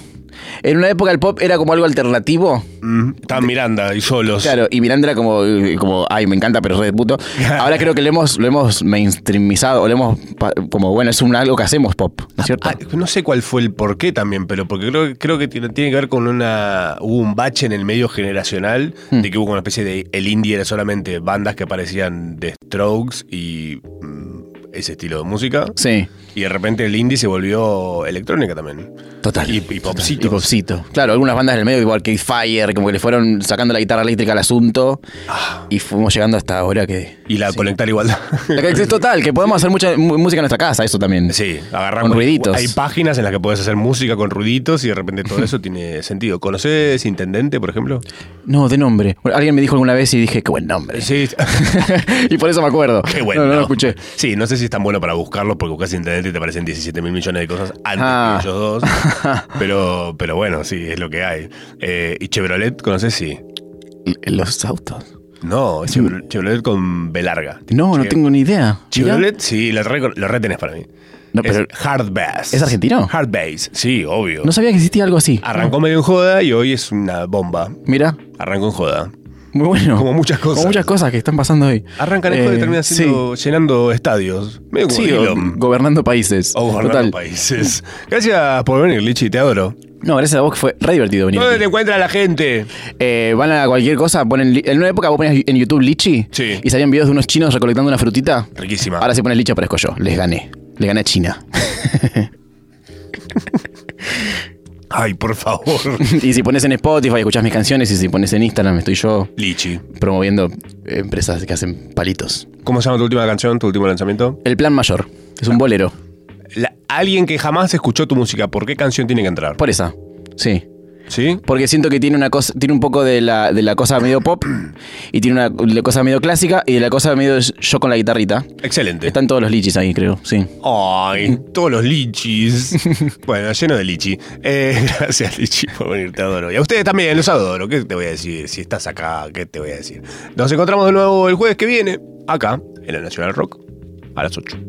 En una época el pop era como algo alternativo.
Mm, están Miranda y solos.
Claro, y Miranda era como, eh, como ay, me encanta, pero es re de puto. Ahora creo que lo hemos, lo hemos mainstreamizado, o lo hemos, pa- como, bueno, es un, algo que hacemos pop, ¿no es cierto?
Ah, no sé cuál fue el porqué también, pero porque creo, creo que tiene, tiene que ver con una. Hubo un bache en el medio generacional
Mm.
de que hubo una especie de. El indie era solamente bandas que parecían de Strokes y mm, ese estilo de música.
sí.
Y de repente el indie se volvió electrónica también.
Total.
Y, y popcito.
Y popcito. Claro, algunas bandas del medio, igual que Fire, como que le fueron sacando la guitarra eléctrica al asunto.
Ah.
Y fuimos llegando hasta ahora que.
Y la conectar igualdad.
Es total, que podemos hacer mucha mu- música en nuestra casa, eso también.
Sí, agarrar
Con ruiditos.
Hay páginas en las que puedes hacer música con ruiditos y de repente todo eso tiene sentido. ¿Conoces Intendente, por ejemplo?
No, de nombre. Bueno, alguien me dijo alguna vez y dije, qué buen nombre.
Sí.
y por eso me acuerdo.
Qué bueno.
Eh, No, no lo escuché.
Sí, no sé si es tan bueno para buscarlo porque buscas Intendente y te aparecen 17 mil millones de cosas antes
Ah.
que ellos dos. Pero, pero bueno, sí, es lo que hay. Eh, ¿Y Chevrolet conoces? Sí.
L- Los autos.
No, Chevrolet, Chevrolet con B larga.
No, no
Che-
tengo ni idea. Mirá.
Chevrolet, sí, lo re, lo re tenés para mí.
No,
Es
pero-
Hard Bass.
¿Es argentino?
Hard Bass, sí, obvio.
No sabía que existía algo así.
Arrancó medio en joda y hoy es una bomba.
Mira,
Arrancó en joda.
Muy bueno.
Como muchas cosas.
Como muchas cosas que están pasando hoy.
Arrancan esto y
Eh,
terminan
sí.
siendo, llenando estadios. Medio como
Sí, o
Elon.
gobernando países.
O gobernando
Total.
países. Gracias por venir, Lichi, te adoro.
No, gracias a vos que fue re divertido venir.
¿Dónde
aquí.
te encuentra la gente?
Eh, van a cualquier cosa, ponen. li- En una época vos ponías en YouTube lichi
Sí. Ah.
y salían videos de unos chinos recolectando una frutita.
Riquísima.
Ahora si pones lichi aparezco yo. Les gané. Les gané a China.
Ay, por favor.
y si pones en Spotify, escuchás mis canciones. Y si pones en Instagram, estoy yo
Lichi.
promoviendo eh, empresas que hacen palitos.
¿Cómo se llama tu última canción, tu último lanzamiento?
El plan mayor. Es un bolero.
La- alguien que jamás escuchó tu música, ¿por qué canción tiene que entrar?
Por esa. Sí.
¿Sí?
Porque siento que tiene una cosa, tiene un poco de la, de la cosa medio pop y tiene una de la cosa medio clásica y de la cosa medio yo con la guitarrita.
Excelente.
Están todos los lichis ahí, creo, sí.
Ay, todos los lichis. bueno, lleno de lichi. Eh, gracias, lichi, por venir, te adoro. Y a ustedes también, los adoro. ¿Qué te voy a decir? Si estás acá, ¿qué te voy a decir? Nos encontramos de nuevo el jueves que viene, acá, en la Nacional Rock, a las 8.